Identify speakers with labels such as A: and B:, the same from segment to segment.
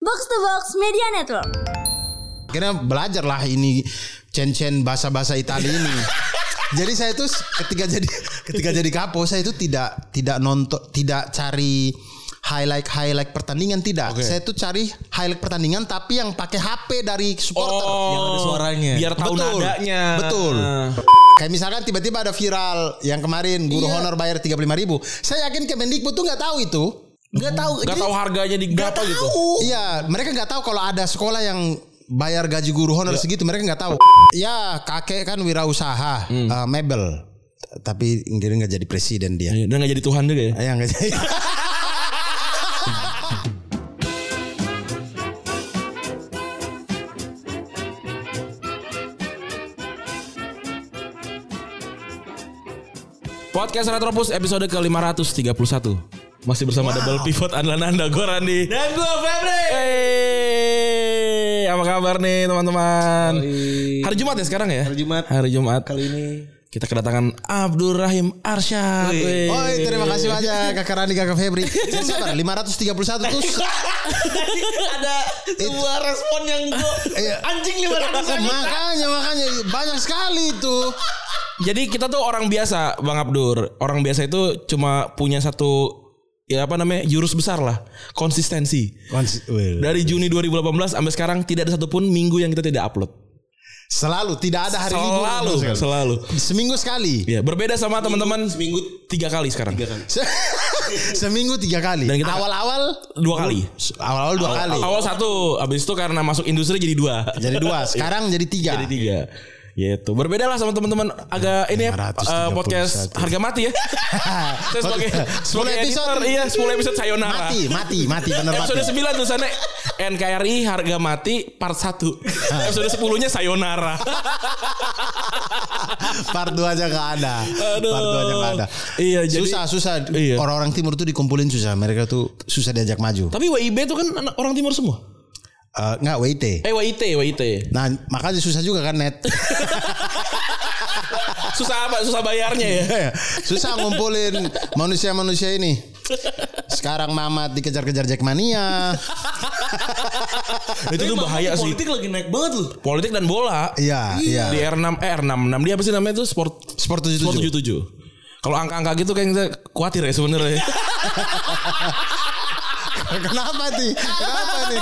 A: Box to Box Media Network.
B: Akhirnya belajar lah ini cen-cen bahasa-bahasa Italia ini. jadi saya tuh ketika jadi ketika jadi kapo saya itu tidak tidak nonton tidak cari highlight highlight pertandingan tidak.
C: Oke.
B: Saya tuh cari highlight pertandingan tapi yang pakai HP dari supporter.
C: Yang ada suaranya. Oh. Biar tahu
B: Betul.
C: nadanya.
B: Betul.
C: Ah.
B: Kayak misalkan tiba-tiba ada viral yang kemarin guru
C: Iya.
B: honor bayar 35 ribu. Saya yakin Kemendikbud tuh nggak tahu itu. Nggak tahu. Jadi-
C: Gak Hmm. tahu harganya di berapa gitu.
B: Iya, mereka nggak tahu kalau ada sekolah yang bayar gaji guru honor
C: Iya.
B: segitu, mereka nggak tahu. Ya, kakek kan wirausaha
C: Hmm.
B: eh, mebel, T- tapi dia nggak jadi presiden dia.
C: Iya, Dan gak jadi Tuhan juga ya.
B: Ya nggak jadi.
C: Podcast Retropus episode ke-531. Masih bersama Double Pivot Andalan Anda gue Randi dan gue Febri. Hey, apa kabar nih teman-teman? Hari Jumat ya sekarang ya? Hari Jumat. Hari Jumat. Kali ini kita kedatangan Abdul Rahim Arsyad. Wey.
B: Oh, terima kasih banyak Kakak Rani, Kakak Febri. Saya sabar, 531 tuh
D: ada sebuah respon yang gue
B: Iya.
D: anjing lima ratus
B: makanya makanya banyak sekali itu.
C: Jadi kita tuh orang biasa, Bang Abdur. Orang biasa itu cuma punya satu ya apa namanya jurus besar lah, konsistensi. Dari Juni 2018 sampai sekarang tidak ada satupun minggu yang kita tidak upload.
B: Selalu tidak ada hari libur.
C: Selalu, selalu.
B: Seminggu sekali.
C: Ya, berbeda sama teman-teman seminggu tiga kali sekarang.
B: Seminggu tiga kali.
C: Iya. Dan kita-
B: Awal-awal
C: Dua kali.
B: awal-awal dua kali.
C: Awal satu, habis itu karena masuk industri jadi dua.
B: Jadi dua, sekarang jadi tiga.
C: Jadi tiga. Gitu. Berbeda lah sama teman-teman agak ini ya eh,
B: 531.
C: podcast harga mati ya. Saya sebagai sebagai
B: 10 Ah, episode.
C: editor, iya 10 episode sayonara.
B: Mati, mati, mati, bener
C: Episode
B: mati.
C: 9 tulisannya NKRI harga mati part 1. Episode 10-nya sayonara.
B: Part 2 aja gak ada.
C: Aduh.
B: Part 2 aja gak ada.
C: Iya, jadi-
B: susah, susah.
C: Iya.
B: Orang-orang timur tuh dikumpulin susah. Mereka tuh susah diajak maju.
C: Tapi WIB itu kan anak orang timur semua.
B: Eh, Nggak, WIT.
C: Eh WIT, WIT.
B: Nah, makanya susah juga kan net.
C: Susah apa? Susah bayarnya ya.
B: susah ngumpulin manusia-manusia ini. Sekarang Mamat dikejar-kejar Jackmania.
C: itu tuh bahaya sih.
D: politik lagi naik banget loh
C: Politik dan bola.
B: Iya, iya.
C: Di R6 eh R66 dia apa sih namanya tuh sport
B: Sport
C: sport
B: 77.
C: 77. Kalau angka-angka gitu kayak kita khawatir ya sebenarnya.
B: Kenapa nih? Kenapa nih?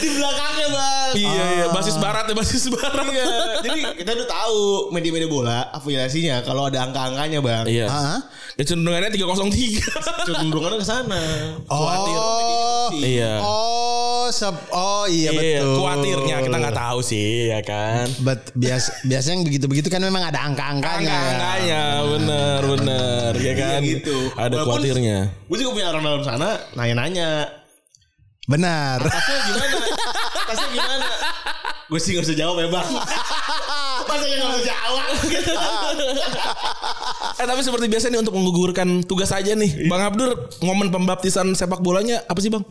D: di belakangnya bang
C: iya iya, basis barat ya basis barat.
D: Iya. jadi kita udah tahu media-media bola afiliasinya kalau ada angka-angkanya bang
C: Iya.
B: Hah?
C: Kecenderungannya 303.
D: cenderungannya ke sana
B: Oh,
C: Iya.
B: Oh, sep- oh iya,
C: Iya,
B: betul.
C: khawatirnya kita nggak tahu sih ya kan.
B: Bet, bias, biasanya yang begitu-begitu kan memang ada angka-angkanya. ya.
C: Angka-angkanya bener bener ya kan.
D: Iya, gitu.
C: Ada
D: Walaupun-
C: khawatirnya.
D: gue juga punya orang dalam sana nanya-nanya
B: Benar.
D: tasnya gimana tasnya gimana gue sih gak bisa jawab ya bang masa yang gak bisa jawab
C: Eh tapi seperti biasa nih untuk menggugurkan tugas aja nih,
D: Iya.
C: Bang Abdur momen pembaptisan sepak bolanya apa sih Bang?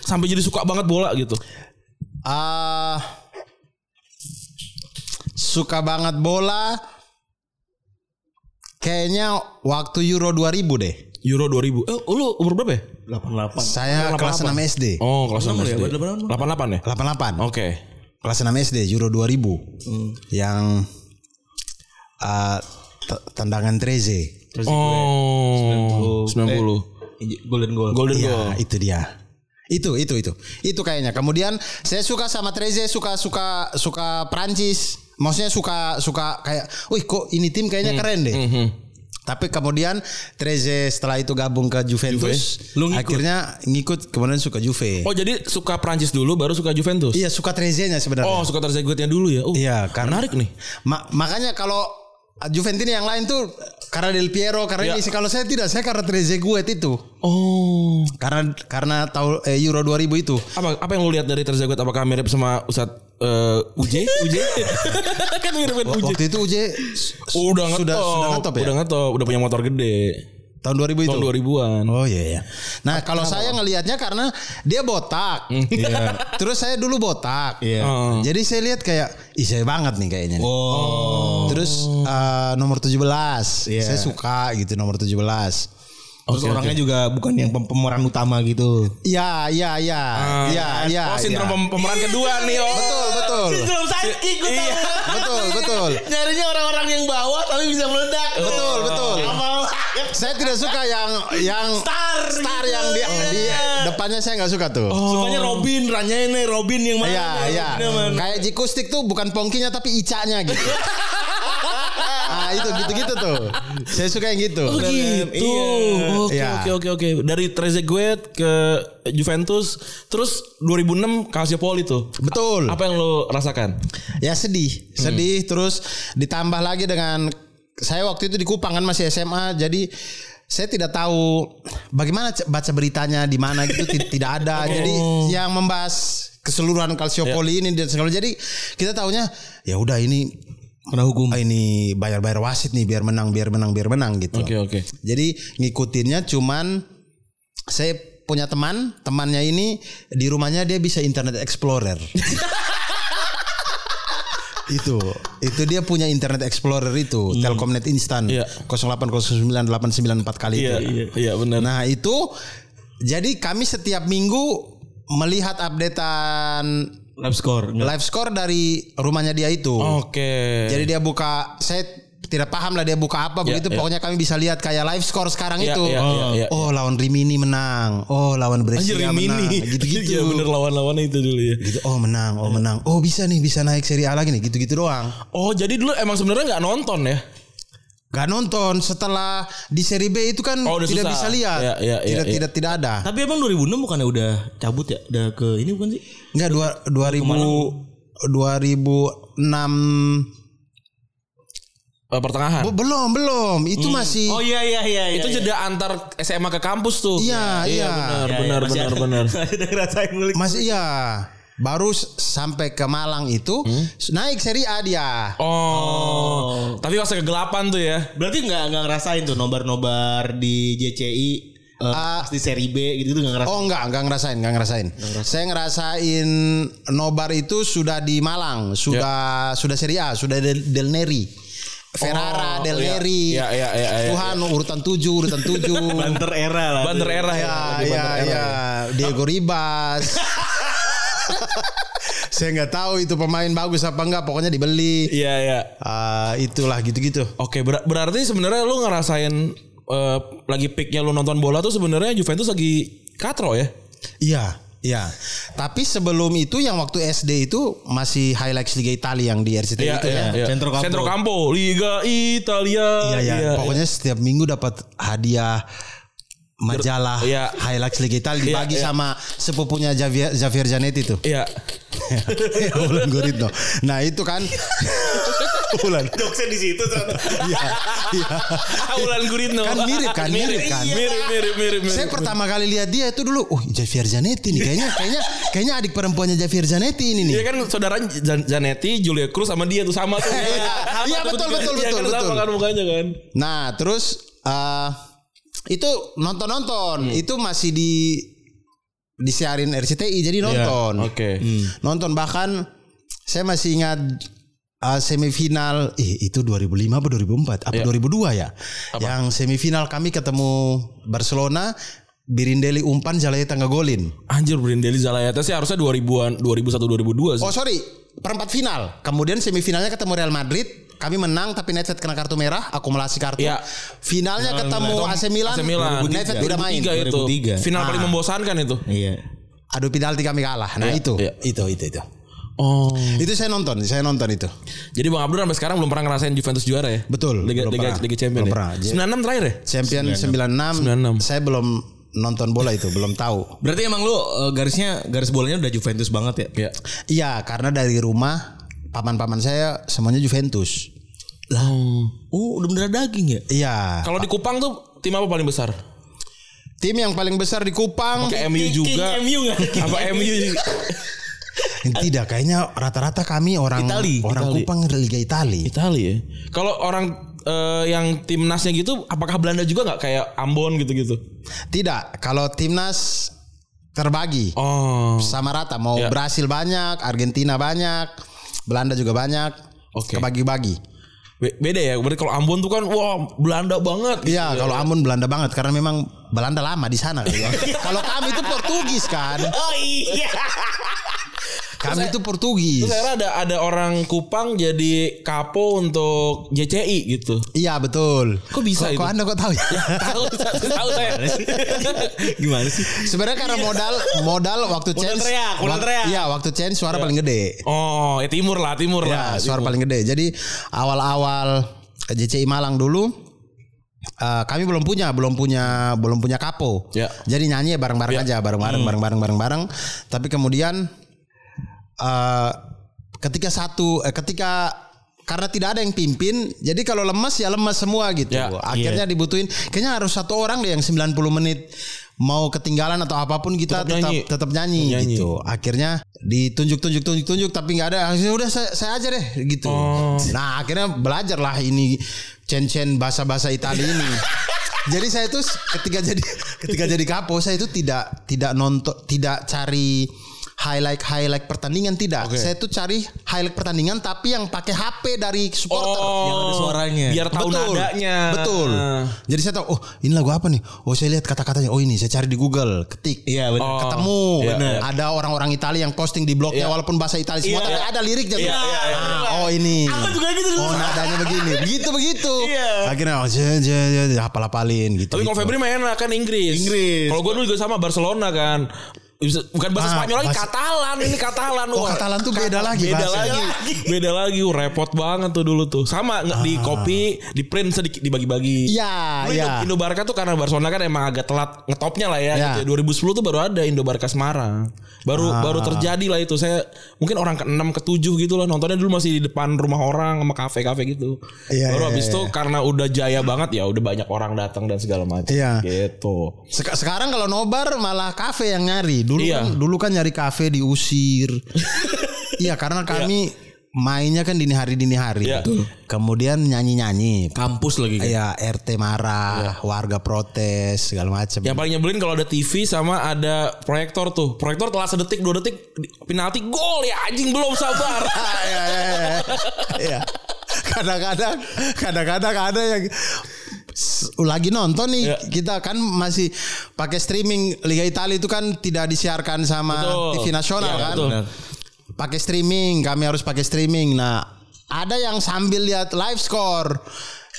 C: Sampai jadi suka banget bola gitu.
B: Ah, suka banget bola. Kayaknya waktu Euro 2000 deh.
C: Euro 2000. Eh lu umur berapa ya?
D: 88
B: Saya kelas 6 SD.
C: Oh kelas 6
D: ya,
C: SD.
D: berapa, berapa?
C: 88 ya?
B: 88.
C: Oke.
B: Kelas 6 SD Euro 2000.
C: Hmm.
B: Yang ah, t- tendangan Treze.
C: Oh 90.
D: golden goal
C: Golden
B: Iya,
C: goal.
B: itu dia. Itu itu itu. Itu kayaknya. Kemudian saya suka sama Treze, suka suka suka Prancis. Maksudnya suka suka kayak, "Wih, kok ini tim kayaknya
C: Hmm.
B: keren deh." Tapi kemudian Treze setelah itu gabung ke Juventus,
C: Juve. Lu ngikut?
B: akhirnya ngikut kemudian suka Juve.
C: Oh jadi suka Prancis dulu baru suka Juventus.
B: Iya, suka Trezenya sebenarnya.
C: Oh suka Terzeguetnya dulu ya. Uh,
B: Iya, karena-
C: menarik nih.
B: Ma- makanya kalau Juventini yang lain tuh karena Del Piero,
C: Iya.
B: karena ini kalau saya tidak, saya karena Trezeguet itu.
C: Oh.
B: Karena karena tahun eh, Euro 2000 itu.
C: Apa apa yang lu lihat dari Terzeguet apakah mirip sama Ustad eh, Uje? Uje? kan mirip kan Uje.
B: Waktu itu UJ
C: Oh, Udah ngetop,
B: sudah sudah ngetop ya.
C: Udah ngetop, udah punya motor gede.
B: Tahun 2000 itu.
C: Tahun 2000-an.
B: Oh iya iya. Nah, kalau saya ngelihatnya karena dia botak.
D: Hmm. Iya.
B: Terus saya dulu botak.
C: Oh.
B: Jadi saya lihat kayak ih saya banget nih kayaknya. nih. Oh.
D: Oh. Iya.
B: Terus eh, nomor 17. Saya suka gitu nomor 17. Terus
C: Oke,
B: orangnya
C: oke.
B: juga bukan yang pem- pemeran utama gitu. Iya, iya, iya.
D: Ah,
B: Iya, iya.
C: Oh sindrom
B: iya.
C: pem- pemeran kedua nih oh.
B: Betul, betul.
D: Sindrom sidekick gue tahu.
C: Iya.
B: Betul, betul.
D: Nyarinya orang-orang yang bawah tapi bisa meledak. Oh.
B: Betul, betul.
D: Amal.
B: Saya tidak suka yang yang
D: Star.
B: star
D: gitu.
B: yang di, di depannya saya nggak suka tuh.
D: Sukanya Robin, ranyain nih Robin yang mana?
B: Iya,
D: nih,
B: iya.
D: Robinnya mana?
B: Kayak jikustik tuh bukan pongkinya tapi icanya gitu. ah, itu gitu-gitu tuh. Saya suka yang gitu.
C: Oh gitu. Oke
B: Iya.
C: oke oke oke. Dari Trezeguet ke Juventus, terus 2006 Calciopoli tuh.
B: Betul.
C: Apa yang lo rasakan?
B: Ya sedih, sedih terus ditambah lagi dengan saya waktu itu di Kupang kan masih SMA jadi saya tidak tahu bagaimana c- baca beritanya di mana gitu ti- tidak ada. Jadi yang membahas keseluruhan Calciopoli ini dan segala jadi kita tahunya ya udah ini kena hukum. Ini bayar-bayar wasit nih biar menang, biar menang, biar menang gitu.
C: Oke oke.
B: Jadi ngikutinnya cuman saya punya teman, temannya ini di rumahnya dia bisa Internet Explorer. itu itu dia punya internet explorer itu telkomnet instan
C: Hmm. Iya.
B: 0809894 kali
C: Iya
B: itu
C: iya iya benar.
B: nah itu jadi kami setiap minggu melihat updatean
D: Live score.
C: Iya.
B: live score dari rumahnya dia itu
C: Oke.
B: jadi dia buka saya tidak paham lah dia buka apa begitu.
C: Eh. ya.
B: Pokoknya kami bisa lihat kayak live score sekarang
C: Ya,
B: itu.
C: ya, ya,
B: oh,
C: ya, ya.
B: oh, lawan Rimini menang. Oh lawan Brescia
C: Anjir
B: menang.
C: Rimini
B: Gitu-gitu.
C: Iya bener lawan-lawannya itu dulu ya.
B: Gitu, Oh menang, oh menang. Oh bisa nih bisa naik Serie A lagi nih. Gitu-gitu doang.
C: Oh jadi dulu emang sebenarnya nggak nonton ya?
B: Gak nonton setelah di Serie B itu kan
C: Oh, udah
B: tidak
C: susah.
B: bisa lihat.
C: Ya, ya, ya,
B: tidak
C: ya.
B: tidak tidak ada.
D: Tapi emang 2006 bukannya udah cabut ya? Udah ke ini bukan sih?
B: Enggak dua dua ribu dua ribu enam
C: Eh, pertengahan.
B: Oh, belum belum itu
C: Hmm.
B: masih
D: Oh iya iya iya.
C: itu jeda antar SMA ke kampus tuh.
B: Iya, iya.
C: Benar, benar, benar, benar.
D: Ada ngerasain beli.
B: masih iya baru s- sampai ke Malang itu
C: Hmm?
B: naik Serie A dia.
C: Oh, tapi pas kegelapan tuh ya.
D: Berarti nggak nggak ngerasain tuh nobar-nobar di JCI eh,
C: Oh.
B: Ah.
D: pas di seri B gitu tuh nggak ngerasain.
B: Oh enggak, enggak ngerasain, enggak ngerasain. Saya ngerasain nobar itu sudah di Malang, sudah
C: Ya.
B: sudah Serie A, sudah Del, Del Neri. Ferrara,
C: Oh,
B: Del
C: iya.
B: Neri.
C: Iya, iya, iya, iya.
B: Tuhan urutan 7, urutan 7.
D: Banter era lah.
C: Banter era ya.
B: ya,
C: di
B: ya,
C: Banter iya. era
B: ya. Diego Ribas. Saya nggak tahu itu pemain bagus apa enggak, pokoknya dibeli.
C: Iya, iya.
B: Ah, itulah gitu-gitu.
C: Oke, ber- berarti sebenarnya lu ngerasain eh, lagi peaknya lu nonton bola tuh sebenarnya Juventus lagi katro ya.
B: Iya, iya. Tapi sebelum itu yang waktu SD itu masih highlights Liga Italia yang di RCTI
C: Iya,
B: itu
C: iya,
B: ya.
C: iya.
D: Centro Campo.
C: Centro Campo, Liga Italia.
B: Iya, iya. Pokoknya setiap minggu dapat hadiah majalah
C: Iya.
B: highlights Liga Italia dibagi
C: Iya, iya.
B: sama sepupunya Javier Javier Zanetti itu.
C: Iya.
B: Ya, Ulan Guritno. Nah, itu kan Ulan.
D: Doksa di situ ternyata.
B: Iya. iya.
C: Aulan Guritno.
B: Kan mirip kan, mirip kan.
C: Mirip, mirip, mirip. mirip.
B: Saya pertama kali lihat dia itu dulu, oh Javier Zanetti nih kayaknya kayaknya kayaknya adik perempuannya Javier Zanetti ini nih.
C: Iya kan saudara Jan- Janetti, Julia Cruz sama dia tuh sama tuh.
B: Iya,
C: Sama
B: betul, betul,
C: tuh tiga. Iya
B: betul,
C: kan,
B: betul.
C: Sama kan mukanya kan.
B: Nah, terus eh itu nonton-nonton, itu masih di disiarin RCTI jadi nonton. Hmm.
C: Oke.
B: Nonton bahkan saya masih ingat eh, semifinal eh, itu 2005 apa 2004 apa 2002 ya. Yang semifinal kami ketemu Barcelona Birindeli umpan Zalaeta golin.
C: Anjir Brindelli Zalayata sih harusnya 2000-an, 2001 2002 sih.
B: Oh sorry, perempat final. Kemudian semifinalnya ketemu Real Madrid. Kami menang tapi Nedved kena kartu merah, akumulasi kartu.
C: Iya.
B: Finalnya ketemu AC Milan,
C: AC Milan.
B: Nedved tidak main.
C: 2003 itu.
D: 2003.
C: Final
B: Ah.
C: paling membosankan itu.
D: Iya.
B: Adu ya. penalti kami kalah. Nah itu,
C: iya.
B: itu, itu, itu.
C: Oh.
B: Itu saya nonton, saya nonton itu.
C: Jadi Bang Abdur sampai sekarang belum pernah ngerasain Juventus juara ya?
B: Betul,
C: Liga
B: belum
C: Liga,
B: pernah.
C: Liga Champions.
B: Belum
C: ya?
B: pernah.
C: 96 terakhir ya?
B: Champion 96,
C: 96.
B: saya belum nonton bola itu, belum tahu.
D: Berarti emang lu eh, garisnya garis bolanya udah Juventus banget ya?
C: Iya.
B: Iya, karena dari rumah paman-paman saya semuanya Juventus.
D: Lah. Oh, udah beneran daging ya?
B: Iya.
C: Kalau di Kupang tuh tim apa paling besar?
B: Tim yang paling besar di Kupang
C: Kayak MU juga.
D: King MU nggak?
C: Apa MU?
B: tidak kayaknya rata-rata kami orang
D: Itali,
B: orang
C: Itali.
B: Kupang Liga Italia.
C: Italia ya. Kalau orang eh, yang timnasnya gitu apakah Belanda juga nggak kayak Ambon gitu-gitu?
B: Tidak, kalau timnas terbagi
C: Oh.
B: sama rata. Mau
C: Ya.
B: Brasil banyak, Argentina banyak, Belanda juga banyak.
C: Oke.
B: Kebagi-bagi.
C: Be- Beda ya. Berarti kalau Ambon tuh kan wah Belanda banget.
B: Iya, kalau Ambon Iya, Belanda banget karena memang Belanda lama di sana kali ya. Kalau kami itu Portugis kan.
D: Oh iya.
B: Kami itu Portugis.
C: Terus akhirnya ada ada orang Kupang jadi kapo untuk JCI gitu.
B: Iya betul.
C: Kok bisa
B: kok,
C: itu?
B: Kok Anda kok tahu ya?
C: Tahu tahu saya. Iya. Gimana sih?
B: Sebenarnya karena modal modal waktu
D: Modal
B: change
D: teriak, modal
B: wak-
D: teriak.
B: Iya, waktu change suara paling gede.
C: Oh, ya timur lah, timur
B: Ya,
C: lah.
B: suara
C: Timur.
B: paling gede. Jadi awal-awal JCI Malang dulu eh, kami belum punya, belum punya, belum punya kapo.
C: Ya. Hmm.
B: Jadi nyanyi bareng-bareng aja, bareng-bareng, bareng-bareng, bareng-bareng. Tapi kemudian eh ketika satu, eh, ketika karena tidak ada yang pimpin, jadi kalau lemes ya lemes semua gitu.
C: Ya,
B: Akhirnya dibutuhin, kayaknya harus satu orang deh yang 90 menit mau ketinggalan atau apapun kita tetap
C: Tetap nyanyi.
B: tetap nyanyi,
C: Tetap nyanyi. oh.
B: gitu. Akhirnya ditunjuk tunjuk tunjuk tunjuk tapi nggak ada. Akhirnya udah saya, saya aja deh gitu.
C: Oh.
B: Nah akhirnya belajarlah ini cen-cen bahasa-bahasa Italia ini. jadi saya itu ketika jadi ketika jadi kapo saya itu tidak tidak nonton tidak cari highlight highlight pertandingan tidak. Saya itu cari highlight pertandingan tapi yang pakai HP dari supporter.
D: Yang ada suaranya.
C: Oh. Biar tahu nadanya. Ah.
B: Betul. Jadi saya tahu, oh ini lagu apa nih? Oh saya lihat kata-katanya. Oh ini saya cari di Google, ketik.
D: Iya benar.
C: Oh.
B: Ketemu.
C: Iya.
B: Bener. Ada orang-orang Italia yang posting di blognya
C: Iya.
B: walaupun bahasa Italia semua
D: Iya,
B: tapi
D: iya.
B: ada liriknya.
D: Iya,
B: gitu.
D: iya, iya.
B: Ah, oh ini.
D: Aku juga gitu dulu.
B: Oh nadanya begini. Begitu begitu.
D: Iya.
B: Akhirnya oh, je, je, je, je, hafal-hafalin gitu.
C: Tapi kalau Febri main lah kan Inggris.
D: Inggris.
C: Kalau gue dulu juga sama Barcelona kan. Bukan
B: Ah,
C: bahasa Spanyol lagi
B: bahasa-
C: Katalan ini Katalan.
B: Oh,
C: Wah,
B: Katalan tuh beda lagi
C: Beda
B: bahasanya.
C: lagi. beda lagi. Wah, repot banget tuh dulu tuh. Sama nggak di copy, di print sedikit dibagi-bagi.
B: Ah. Iya,
C: Dulu
B: iya.
C: Indo, Indo Barca tuh karena Barcelona kan emang agak telat ngetopnya lah ya.
B: Iya.
C: gitu ya. 2010 tuh baru ada Indo Barca Semarang. Baru
B: Ah.
C: baru terjadi lah itu. Saya mungkin orang ke-6 ke-7 gitu lah nontonnya dulu masih di depan rumah orang sama kafe-kafe gitu.
B: Iya, iya,
C: baru habis
B: iya.
C: itu karena udah jaya banget ya udah banyak orang datang dan segala macam.
B: Iya.
C: Gitu.
B: Sek- sekarang kalau nobar malah kafe yang nyari. Dulu
C: Iya.
B: kan dulu kan nyari kafe diusir. iya, karena kami mainnya kan dini hari dini hari.
C: Iya.
B: Betul. Kemudian nyanyi-nyanyi.
D: Kampus lagi kan.
B: Iya, RT
D: Iya.
B: marah, warga protes segala macam.
C: Yang paling nyebelin kalau ada TV sama ada proyektor tuh. Proyektor telah sedetik, dua detik, di- penalti, gol ya anjing belum sabar.
B: Ah, iya, iya, iya. Iya. Kadang-kadang kadang-kadang ada yang s- lagi nonton nih
C: Iya.
B: kita kan masih pakai streaming Liga Italia itu kan tidak disiarkan sama
C: Betul.
B: TV nasional
C: Iya,
B: kan.
C: betul.
B: Pakai streaming, kami harus pakai streaming. Nah, ada yang sambil lihat live score.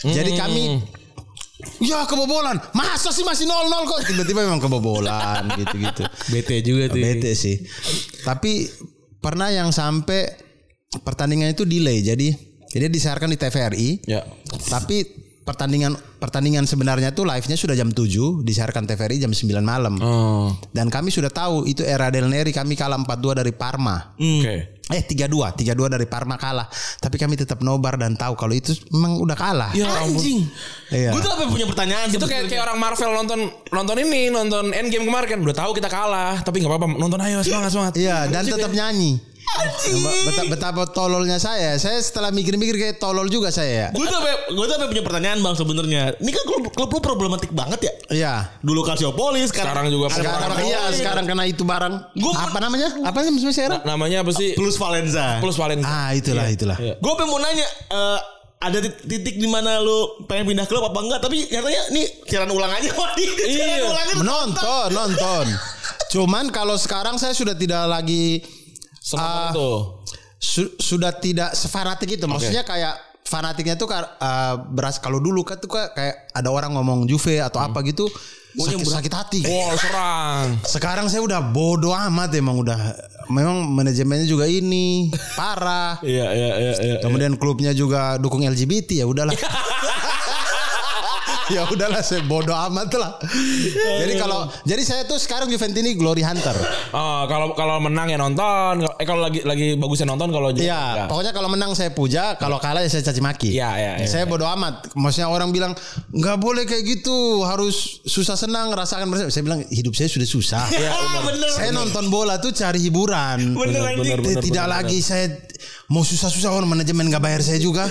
B: Jadi
C: Hmm.
B: kami Ya kebobolan Masa sih masih 0-0 kok Tiba-tiba memang kebobolan gitu-gitu
D: Bete juga tuh.
B: Bete sih. Tapi pernah yang sampai pertandingan itu delay. Jadi jadi disiarkan di TVRI.
C: Ya.
B: Tapi pertandingan pertandingan sebenarnya tuh live-nya sudah jam 7, disiarkan TVRI jam 9 malam.
C: Oh.
B: Dan kami sudah tahu itu era Del Neri kami kalah 4-2 dari Parma.
C: Oke.
B: Eh 3-2, 3-2 dari Parma kalah. Tapi kami tetap nobar dan tahu kalau itu memang udah kalah.
C: Ya ampun.
D: Anjing.
B: Iya.
D: Gue tuh apa punya pertanyaan
C: Itu kayak kayak orang Marvel nonton nonton ini, nonton Endgame kemarin kan udah tahu kita kalah, tapi nggak apa-apa nonton ayo semangat semangat.
B: Iya, dan tetap nyanyi. Betapa, betapa tololnya saya. Saya setelah mikir-mikir kayak tolol juga saya. ya.
D: Gue tuh apa, gue tuh apa punya pertanyaan bang sebenarnya. Ini kan klub, klub lu problematik banget ya.
B: Iya.
D: Dulu Kalsiopolis, sekarang,
C: Sekarang juga
B: sekarang
C: Sekarang-
B: iya sekarang kena itu barang
D: Gua-
B: apa namanya apa namanya sekarang
C: Namanya apa sih?
D: plus Valenza.
C: Plus Valen.
B: ah itulah itulah
C: Iya.
D: Gue pengen mau nanya eh, ada tit- titik di mana lu pengen pindah klub apa enggak? Tapi nyatanya nih siaran ulang aja Wah, di- siaran
C: Iya.
D: ulang aja.
B: menonton nonton cuman kalau sekarang saya sudah tidak lagi Ah.
C: Sama tuh.
B: su- sudah tidak sefanatik itu maksudnya kayak fanatiknya tuh kar- eh, beras kalau dulu kan tuh kayak- kayak ada orang ngomong Juve atau apa gitu sakit, sakit hati
C: Wow, serang.
B: sekarang saya udah bodoh amat emang udah memang manajemennya juga ini parah
C: Iya, iya, iya, iya.
B: Kemudian klubnya juga dukung LGBT ya udahlah. ya udahlah saya bodoh amat lah. jadi kalau jadi saya tuh sekarang Juventini glory hunter.
C: Oh, kalau kalau menang ya nonton. Eh kalau lagi lagi bagusnya nonton kalau
B: Iya,
C: enggak.
B: pokoknya kalau menang saya puja, kalau kalah ya saya caci maki.
C: Iya, iya, iya.
B: saya bodoh amat. Maksudnya orang bilang nggak boleh kayak gitu, harus susah senang rasakan bersama. Saya bilang hidup saya sudah susah.
D: Ya, bener.
B: saya nonton bola tuh cari hiburan.
D: Bener, anjing.
C: bener, bener,
B: tidak
C: bener.
B: lagi saya mau susah-susah orang manajemen nggak bayar saya juga.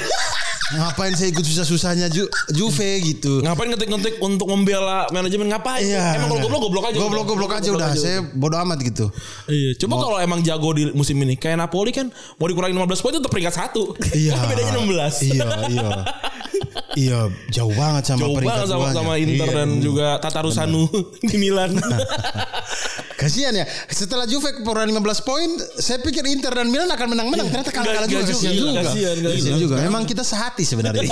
B: Ngapain saya ikut susah-susahnya Ju- Juve gitu.
C: Ngapain ngetik-ngetik untuk membela manajemen ngapain?
B: Iya.
C: Emang kalau goblok goblok aja.
B: Goblok goblok aja udah. Saya bodo amat gitu.
C: Iya, coba kalau emang jago di musim ini kayak Napoli kan mau dikurangin 15 poin tetap peringkat 1.
B: Iya.
C: Bedanya 16.
B: Iya, iya. Iya, jauh banget sama
C: Jauh
B: peringkat
C: banget sama
B: duanya.
C: sama
B: Iya.
C: Inter
B: Nah.
C: dan juga Tatarusanu di Milan.
B: Kasihan ya. Setelah Juve perolehan 15 poin, saya pikir Inter dan Milan akan menang-menang. Ternyata kalah-kalah
C: Iya. Nggak-
B: juga.
C: nggak
B: Kasihan
C: juga. Iya.
B: juga.
C: Kasihan, nggak
B: Kasihan
C: juga.
B: juga. Memang kita sehati sebenarnya.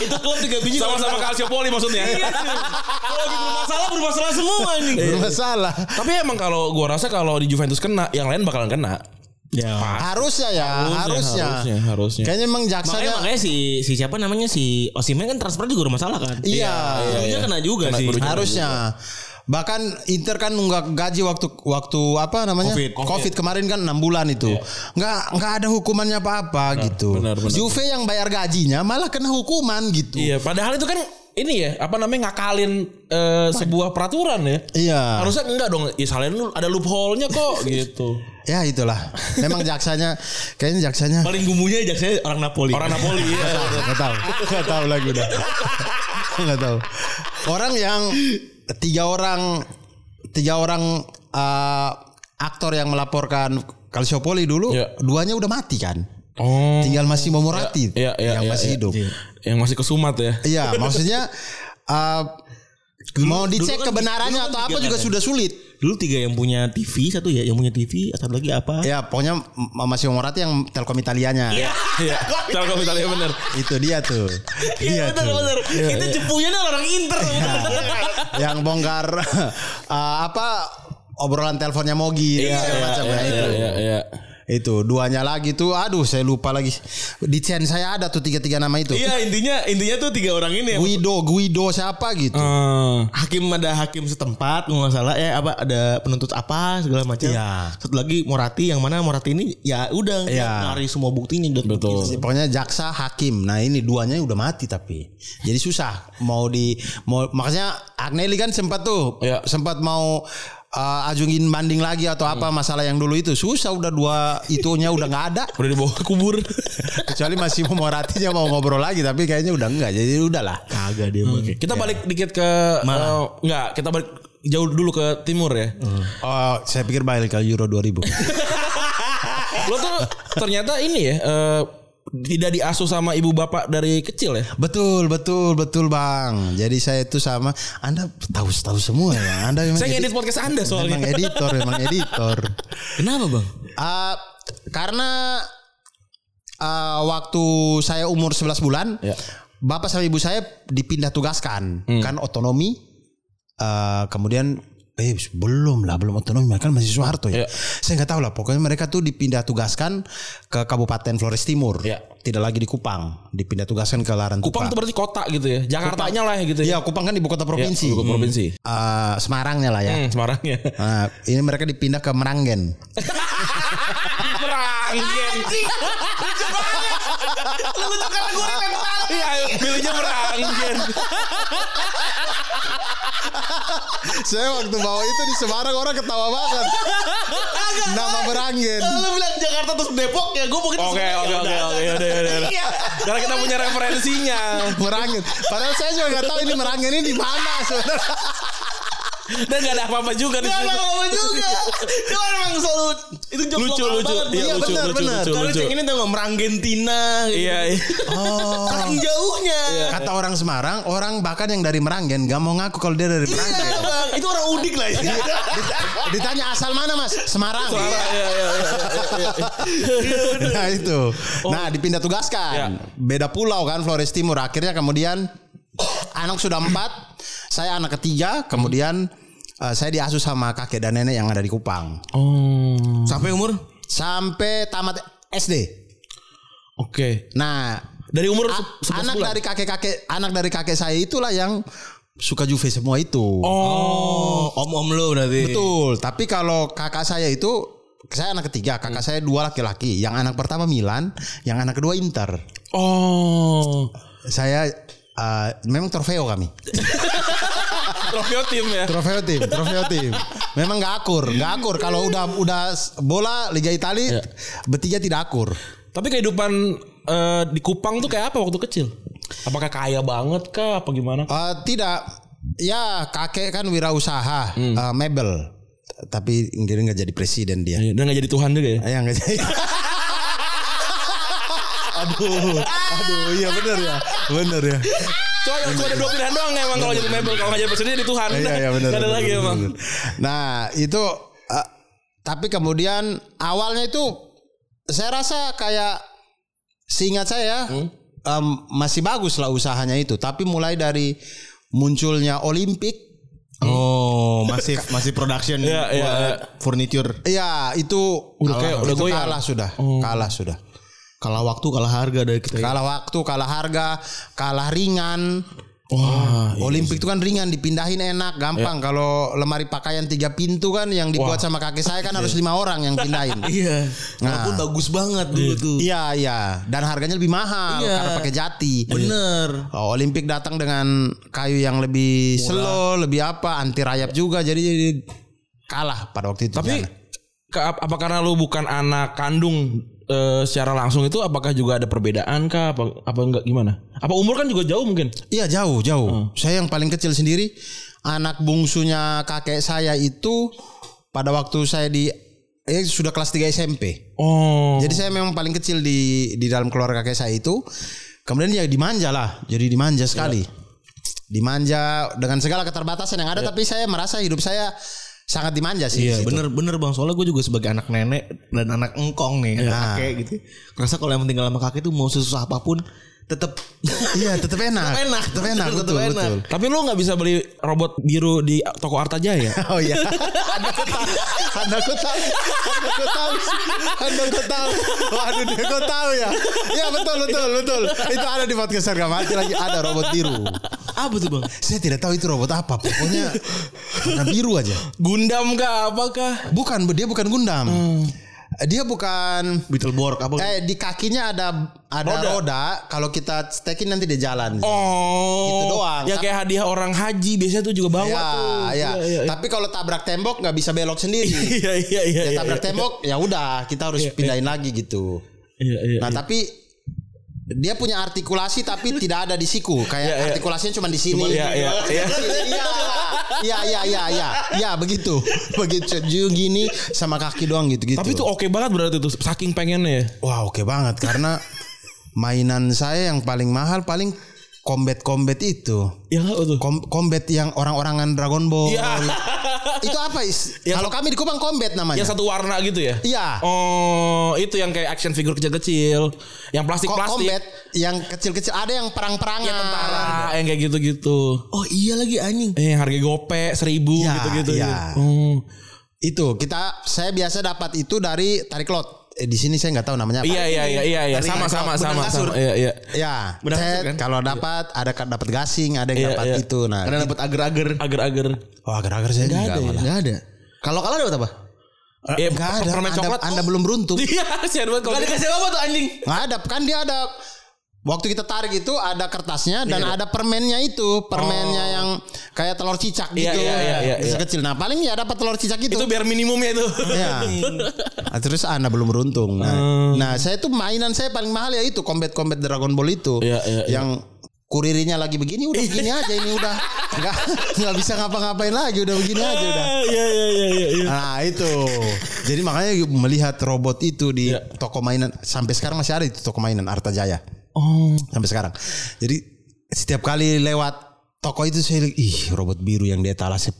D: Itu klub tiga biji
C: Sama-sama
D: kalau- Iya,
C: Calciopoli maksudnya.
D: Kalau lagi bermasalah bermasalah semua nih.
B: Bermasalah.
C: Tapi emang kalau gua rasa kalau di Juventus kena, yang lain bakalan kena.
D: Ya.
B: Harusnya ya, harusnya.
C: harusnya, harusnya.
B: Kayaknya emang ya.
D: Makanya,
B: jaksanya
D: makanya si si siapa namanya si Osimhen kan transfer juga bermasalah kan?
B: Iya.
D: Ujungnya kena juga
C: Kena
D: sih.
C: berujung.
B: harusnya. Bahkan Inter kan nunggak gaji waktu waktu apa namanya?
D: Covid.
B: kemarin kan 6 bulan itu. Nggak nggak ada hukumannya apa-apa gitu.
C: Iya. Nah, benar, benar.
B: Juve yang bayar gajinya malah kena hukuman gitu.
C: Iya, padahal itu kan ini ya, apa namanya ngakalin eh, sebuah peraturan ya.
B: Iya.
C: Harusnya enggak dong. Ya salin lu ada loophole-nya kok gitu.
B: Ya itulah. Memang jaksanya kayaknya jaksanya
D: Paling gumunya jaksanya orang Napoli.
C: Orang Napoli ya.
B: nggak tahu. Nggak tahu lagi udah. Nggak tahu. Orang yang tiga orang tiga orang eh, aktor yang melaporkan Calciopoli dulu,
C: Iya.
B: duanya udah mati kan.
C: Oh.
B: Tinggal masih Momorati
C: Iya, iya,
B: yang
C: iya,
B: masih
C: iya.
B: hidup. Iya,
C: Yang masih kesumat ya.
B: maksudnya eh, mau dicek
D: dulu kan-
B: kebenarannya
D: dulu kan
B: atau
D: tiga
B: apa juga
D: kan?
B: sudah sulit.
D: Dulu tiga yang punya TV, satu ya yang punya TV, satu lagi apa?
B: Ya, pokoknya masih Momorati yang Telkom Italianya.
C: Iya. Telkom Italia bener.
B: Itu dia tuh.
D: Iya
B: Dia
D: benar
B: tuh.
D: benar. Itu jepunya nih orang Inter.
B: yang bongkar eh, apa obrolan teleponnya Mogi dan segala macam
C: Iya,
B: Nah,
C: iya,
B: itu
C: iya, iya.
B: itu duanya lagi tuh aduh saya lupa lagi di chain saya ada tuh tiga tiga nama itu
D: Iya intinya intinya tuh tiga orang
C: iya,
D: ini yang
B: Guido Guido siapa gitu
C: Eh,
D: hakim ada hakim setempat kalau nggak salah ya apa ada penuntut apa segala macam.
B: Iya.
D: Satu lagi Morati yang mana Morati ini ya udah
B: Iya.
D: nyari semua buktinya udah
C: Betul.
B: Gitu pokoknya jaksa hakim nah ini duanya udah mati tapi jadi susah mau di mau makanya Agnelli kan sempat tuh
C: Iya.
B: sempat mau eh, ajungin banding lagi atau
C: Hmm.
B: apa masalah yang dulu itu susah udah dua itunya udah nggak ada
C: udah dibawa ke kubur.
B: kecuali masih mau ratinya mau ngobrol lagi tapi kayaknya udah enggak jadi udahlah
D: Kagak dia pakai.
C: Kita balik dikit ke eh, enggak, kita balik jauh dulu ke timur ya.
B: Oh, saya pikir balik ke Euro 2000.
C: Lo tuh ternyata ini ya eh, tidak diasuh sama ibu bapak dari kecil ya.
B: betul, betul, betul, Bang. Jadi saya itu sama Anda tahu-tahu semua ya. Anda memang
C: Saya ngedit
B: edit-
C: podcast Anda
B: memang
C: soalnya.
B: editor, memang editor.
D: Kenapa bang?
B: Ah, karena ah, waktu saya umur 11 bulan,
C: Ya. Hmm.
B: Bapak sama ibu saya dipindah tugaskan kan otonomi eh, kemudian eh belum lah belum otonomi kan masih Soeharto ya.
C: Iya.
B: Saya nggak tahu lah pokoknya mereka tuh dipindah tugaskan ke Kabupaten Flores Timur.
C: Iya.
B: Tidak lagi di Kupang, dipindah tugaskan ke Larantuka.
C: Kupang tuh berarti kota gitu ya. Jakartanya lah gitu
B: Iya,
C: ya.
B: Kupang kan ibu kota provinsi.
C: Iya, ibu kota provinsi.
B: Eh, Semarangnya lah ya.
C: Hmm, Semarangnya.
B: Nah, ini mereka dipindah ke Meranggen.
C: Meranggen. Iya, milihnya meranggen.
B: Saya waktu bawa itu di Semarang orang ketawa banget. Nama Meranggen.
D: Lu bilang Jakarta terus Depok ya, gue mungkin
C: Oke, oke, oke, oke. Udah, udah, udah. Karena kita punya referensinya.
B: Merangin. Padahal saya juga nggak tahu ini merangin ini di mana sebenarnya.
C: Dan gak ada apa-apa juga di
D: Gak
C: situ.
D: ada apa-apa juga. Cuma emang selalu itu joke
C: Lucu,
D: lokal
C: lucu.
D: banget.
C: Iya,
D: Iya,
C: lucu,
B: benar,
C: lucu,
B: benar.
C: lucu,
D: Kalau
C: lucu.
D: cek ini tuh nggak meranggentina.
C: Iya, iya.
B: Oh.
D: Saking jauhnya.
B: Kata orang Semarang, orang bahkan yang dari Meranggen nggak mau ngaku kalau dia dari Meranggen.
D: Iya, Bang. Itu orang udik lah. ya.
B: Ditanya asal mana mas? Iya. Semarang.
C: Iya, iya, iya.
B: Nah itu. Nah dipindah tugaskan.
C: Ya.
B: Beda pulau kan Flores Timur. Akhirnya kemudian anak sudah empat, saya anak ketiga. Kemudian eh, saya diasuh sama kakek dan nenek yang ada di Kupang
C: Oh.
D: Sampai umur
B: sampai tamat SD.
C: Oke.
B: Nah
C: Dari umur
B: A-
C: se- 11
B: anak
C: bulan.
B: dari kakek-kakek anak dari kakek saya itulah yang suka Juve semua itu.
D: Oh, om-om lo berarti.
B: Betul, tapi kalau kakak saya itu saya anak ketiga, kakak saya dua laki-laki. Yang anak pertama Milan, yang anak kedua Inter.
C: Oh.
B: Saya eh, memang trofeo kami.
C: Trofeo tim ya.
B: Trofeo tim, trofeo tim. Memang nggak akur, nggak akur. Kalau udah udah bola Liga Italia bertiga tidak akur.
C: Tapi kehidupan eh, di Kupang tuh kayak apa waktu kecil? Apakah kaya banget kah apa gimana?
B: Eh, tidak. Ya, kakek kan wirausaha, eh, mebel. T- Tapi dia Iya. nggak jadi presiden dia.
C: Iya, Dan gak jadi Tuhan juga ya?
B: Ayah nggak jadi. Aduh, aduh, iya bener ya, bener ya.
C: Cuma cuma ada dua pilihan doang emang kalau jadi mebel kalau nggak jadi presiden jadi Tuhan.
B: Iya, iya bener.
C: Nggak ada
B: bener,
C: lagi
B: bener,
C: emang.
B: bener. Nah itu, eh, tapi kemudian awalnya itu saya rasa kayak seingat saya ya,
C: Hmm.
B: em, masih bagus lah usahanya itu. Tapi mulai dari munculnya Olimpik
D: Oh, masih masih production
C: Iya,
D: buat
C: iya.
D: furniture.
B: Iya itu
C: Udah
B: kalah,
C: kayak- udah
B: itu
C: goyang. Oh.
B: kalah sudah, kalah sudah.
D: Kalah waktu, kalah harga dari kita.
B: Kalah waktu, kalah harga, kalah ringan.
C: Wah, iya
B: Olimpik itu kan ringan, dipindahin enak, gampang. Kalau lemari pakaian tiga pintu kan yang dibuat sama kakek saya
C: Iya.
B: kan harus lima orang yang pindahin. Nah,
D: Iya. Walaupun bagus banget dulu tuh.
B: Iya iya, dan harganya lebih mahal
D: Iya.
B: karena pakai jati.
D: Bener.
B: Oh, Olimpik datang dengan kayu yang lebih slow, lebih apa, anti rayap juga, jadi, jadi kalah pada waktu itu.
C: Tapi
B: Jana.
C: ke, ap- apa karena lu bukan anak kandung eh, secara langsung itu apakah juga ada perbedaan kah apa apa enggak gimana? Apa umur kan juga jauh mungkin?
B: Iya jauh jauh. Saya yang paling kecil sendiri. Anak bungsunya kakek saya itu pada waktu saya di eh, sudah kelas 3 SMP.
C: Oh.
B: Jadi saya memang paling kecil di di dalam keluarga kakek saya itu. Kemudian ya dimanja lah. Jadi dimanja sekali. Dimanja dengan segala keterbatasan yang ada tapi saya merasa hidup saya sangat dimanja sih.
D: Iya bener bener bang soalnya gue juga sebagai anak nenek dan anak engkong nih
B: Iya.
D: anak kakek gitu Kerasa kalau yang tinggal sama kakek tuh mau sesusah apapun tetap
B: Iya, tetap enak.
D: Tetep enak,
B: tetap enak,
D: tetep
B: betul,
D: enak.
B: betul.
C: Tapi lu nggak bisa beli robot biru di toko ya? Arta Jaya.
B: Oh iya. Anda kok tahu? Anda kok tahu? Anda kok tahu? sih? Anda kok tahu? Waduh, dia kok tahu ya? Ya betul betul betul. Itu ada di podcast harga mati lagi ada robot biru.
D: apa tuh bang
B: Saya tidak tahu itu robot apa. Pokoknya warna biru aja.
C: Gundam kah apakah?
B: Bukan, dia bukan Gundam.
C: Hmm.
B: Dia bukan
D: Beetleborg apa
B: eh di kakinya ada ada
C: Roda.
B: roda. Kalau kita stekin nanti dia jalan.
C: Oh.
B: Gitu doang.
C: Ya kayak hadiah orang haji biasanya tuh juga bawa
B: Ya,
C: tuh.
B: ya.
C: Iya, iya.
B: Tapi kalau tabrak tembok nggak bisa belok sendiri.
C: Iya iya iya.
B: ya
C: iya.
B: tabrak tembok ya udah kita harus pindahin lagi gitu.
C: Iya iya.
B: Nah, tapi dia punya artikulasi tapi tidak ada di siku. Kayak
C: iya.
B: artikulasinya Ya, cuma di sini.
C: Cuma- iya, iya, iya.
B: Iya, iya, iya, iya, iya, iya, begitu, begitu, Ju, gini sama kaki doang gitu gitu.
C: Tapi itu oke banget berarti tuh saking pengennya ya.
B: wah oke banget karena mainan saya yang paling mahal paling combat combat itu.
C: Ya nggak tuh.
B: Kom- combat yang orang-orangan Dragon Ball.
C: Iya.
B: Itu apa? Is?
C: Yang-
B: Kalau kami di Kupang combat namanya.
C: Yang satu warna gitu ya?
B: Iya.
C: Oh, itu yang kayak action figure kecil-kecil,
B: Ko- Iya.
C: yang plastik-plastik,
B: combat yang kecil-kecil ada yang perang-perangan.
C: yang tentara, yang kayak gitu-gitu.
D: oh iya lagi anjing
C: Eh, harga gope seribu
B: Iya,
C: gitu-gitu.
B: iya.
C: Oh.
B: Itu kita saya biasa dapat itu dari tarik lot. Eh, di sini saya nggak tahu namanya apa.
C: Iya, iya, iya, iya, iya,
B: Dari-
C: sama, sama,
B: benang
C: sama,
B: kasur.
C: sama, iya, iya.
B: Ya,
D: Benar
B: saya
D: kasur kan?
B: kalau dapat ada ka- dapat gasing, ada
C: Iya,
B: yang dapat
C: iya.
B: itu. Nah,
D: karena dapat agar-agar
C: Agar-agar.
B: oh agar-agar saya juga
C: ada ya?
B: malah.
D: nggak ada kalau kalah dapat apa
C: Eh,
B: Nggak ada.
C: permen
B: Anda,
C: coklat.
B: anda belum beruntung.
C: Iya, sian banget kalau.
D: dikasih apa tuh anjing
B: Nggak ada, kan dia ada waktu kita tarik itu ada kertasnya
C: Iya,
B: dan ada permennya itu, permennya yang kayak telur cicak
C: Oh. Iya,
B: gitu.
C: iya, iya, iya, iya.
B: Sekecil. Nah, paling ya dapat telur cicak itu.
C: Itu biar minimumnya itu.
B: Ya. Nah, terus Anda belum beruntung. Nah,
C: Hmm.
B: nah, saya tuh mainan saya paling mahal ya itu combat combat Dragon Ball itu.
C: Iya, iya, iya.
B: yang kurirnya lagi begini udah begini aja ini udah nggak nggak bisa ngapa-ngapain lagi udah begini aja udah.
C: Iya, iya, iya, iya, iya.
B: Nah itu. Jadi makanya melihat robot itu di
C: Iya.
B: toko mainan sampai sekarang masih ada itu toko mainan Arta Jaya
C: Oh.
B: sampai sekarang. Jadi setiap kali lewat toko itu saya lihat, ih robot biru yang di etalase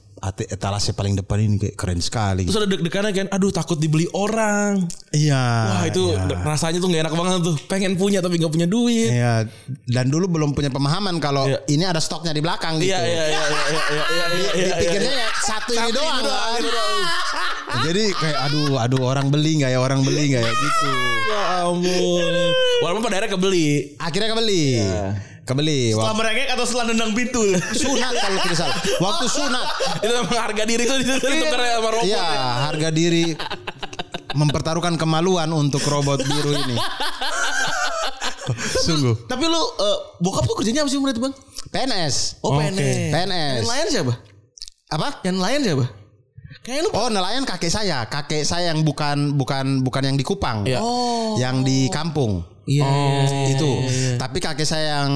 B: etalase paling depan ini kayak keren sekali.
C: Terus ada deg-degannya kan, aduh takut dibeli orang.
B: Iya.
C: Wah itu
B: iya.
C: rasanya tuh gak enak banget tuh. Pengen punya tapi gak punya duit.
B: Iya, dan dulu belum punya pemahaman kalau
C: Iya.
B: ini ada stoknya di belakang gitu.
C: Iya iya iya iya iya iya iya iya.
B: Dipikirnya ya satu ini doang. kan. Jadi kayak aduh aduh orang beli nggak ya orang beli nggak ya gitu.
C: Ya ampun. Walaupun pada akhirnya kebeli.
B: Akhirnya kebeli. Kebeli.
D: setelah
B: Wak-
D: merengek atau setelah nendang pintu
B: sunat kalau tidak salah. Waktu sunat.
C: Itu emang harga diri itu ditukar ya, sama robot.
B: Iya, harga diri mempertaruhkan kemaluan untuk robot biru ini. Sungguh.
D: tapi lu eh, bokap tuh kerjanya apa sih umur itu bang
B: PNS.
D: oh
C: Oke.
D: PNS
B: PNS.
D: yang lain siapa
B: Apa?
D: yang lain siapa kayaknya lu
B: Oh nelayan kakek saya, kakek saya yang bukan bukan bukan yang di Kupang,
C: Iya.
D: Ya.
B: yang di kampung
D: iya
C: Oh.
B: itu. Tapi kakek saya yang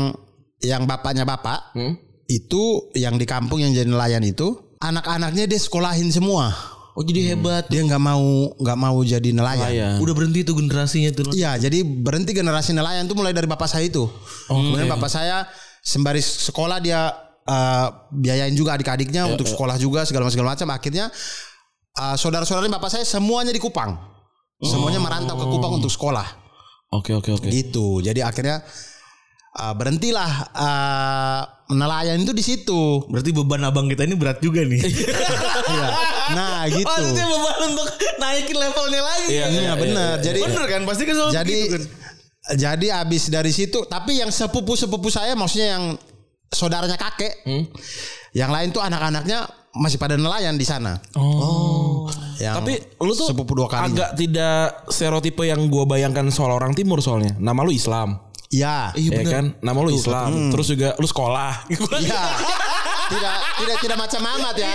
B: yang bapaknya bapak
D: Hmm?
B: itu yang di kampung yang jadi nelayan itu anak-anaknya dia sekolahin semua. Hmm.
D: Oh jadi hebat.
B: Dia nggak mau nggak mau jadi nelayan.
C: Nelayan.
D: Oh, Udah berhenti tuh generasinya tuh.
B: Iya, jadi berhenti generasi nelayan itu mulai dari bapak saya itu. Kemudian bapak saya sembari sekolah dia eh, biayain juga adik-adiknya untuk sekolah juga segala macam segala macam. Akhirnya eh, saudara-saudaranya bapak saya semuanya di Kupang. Semuanya merantau ke Kupang untuk sekolah.
C: Oke oke oke.
B: Gitu. Jadi akhirnya eh, berhentilah eh, nelayan itu di situ.
D: Berarti beban abang kita ini berat juga nih.
B: Iya. Nah,
D: Oh,
B: gitu.
D: maksudnya beban untuk naikin levelnya lagi.
C: Iya,
B: Iya,
C: iya,
B: benar. Jadi
D: Bener kan? Pasti kan selalu
B: jadi
D: begitu kan.
B: jadi abis dari situ tapi yang sepupu sepupu saya maksudnya yang saudaranya kakek
C: Hmm?
B: yang lain tuh anak-anaknya masih pada nelayan di sana
C: Oh.
B: yang
C: Tapi lu tuh
B: sepupu dua kali
C: agak tidak stereotipe yang gua bayangkan soal orang timur soalnya. Nama lu Islam.
B: ya
C: Iya Hmm. kan? Nama lu Islam. Terus juga lu sekolah. Gua-
B: Iya. tidak tidak tidak macam amat ya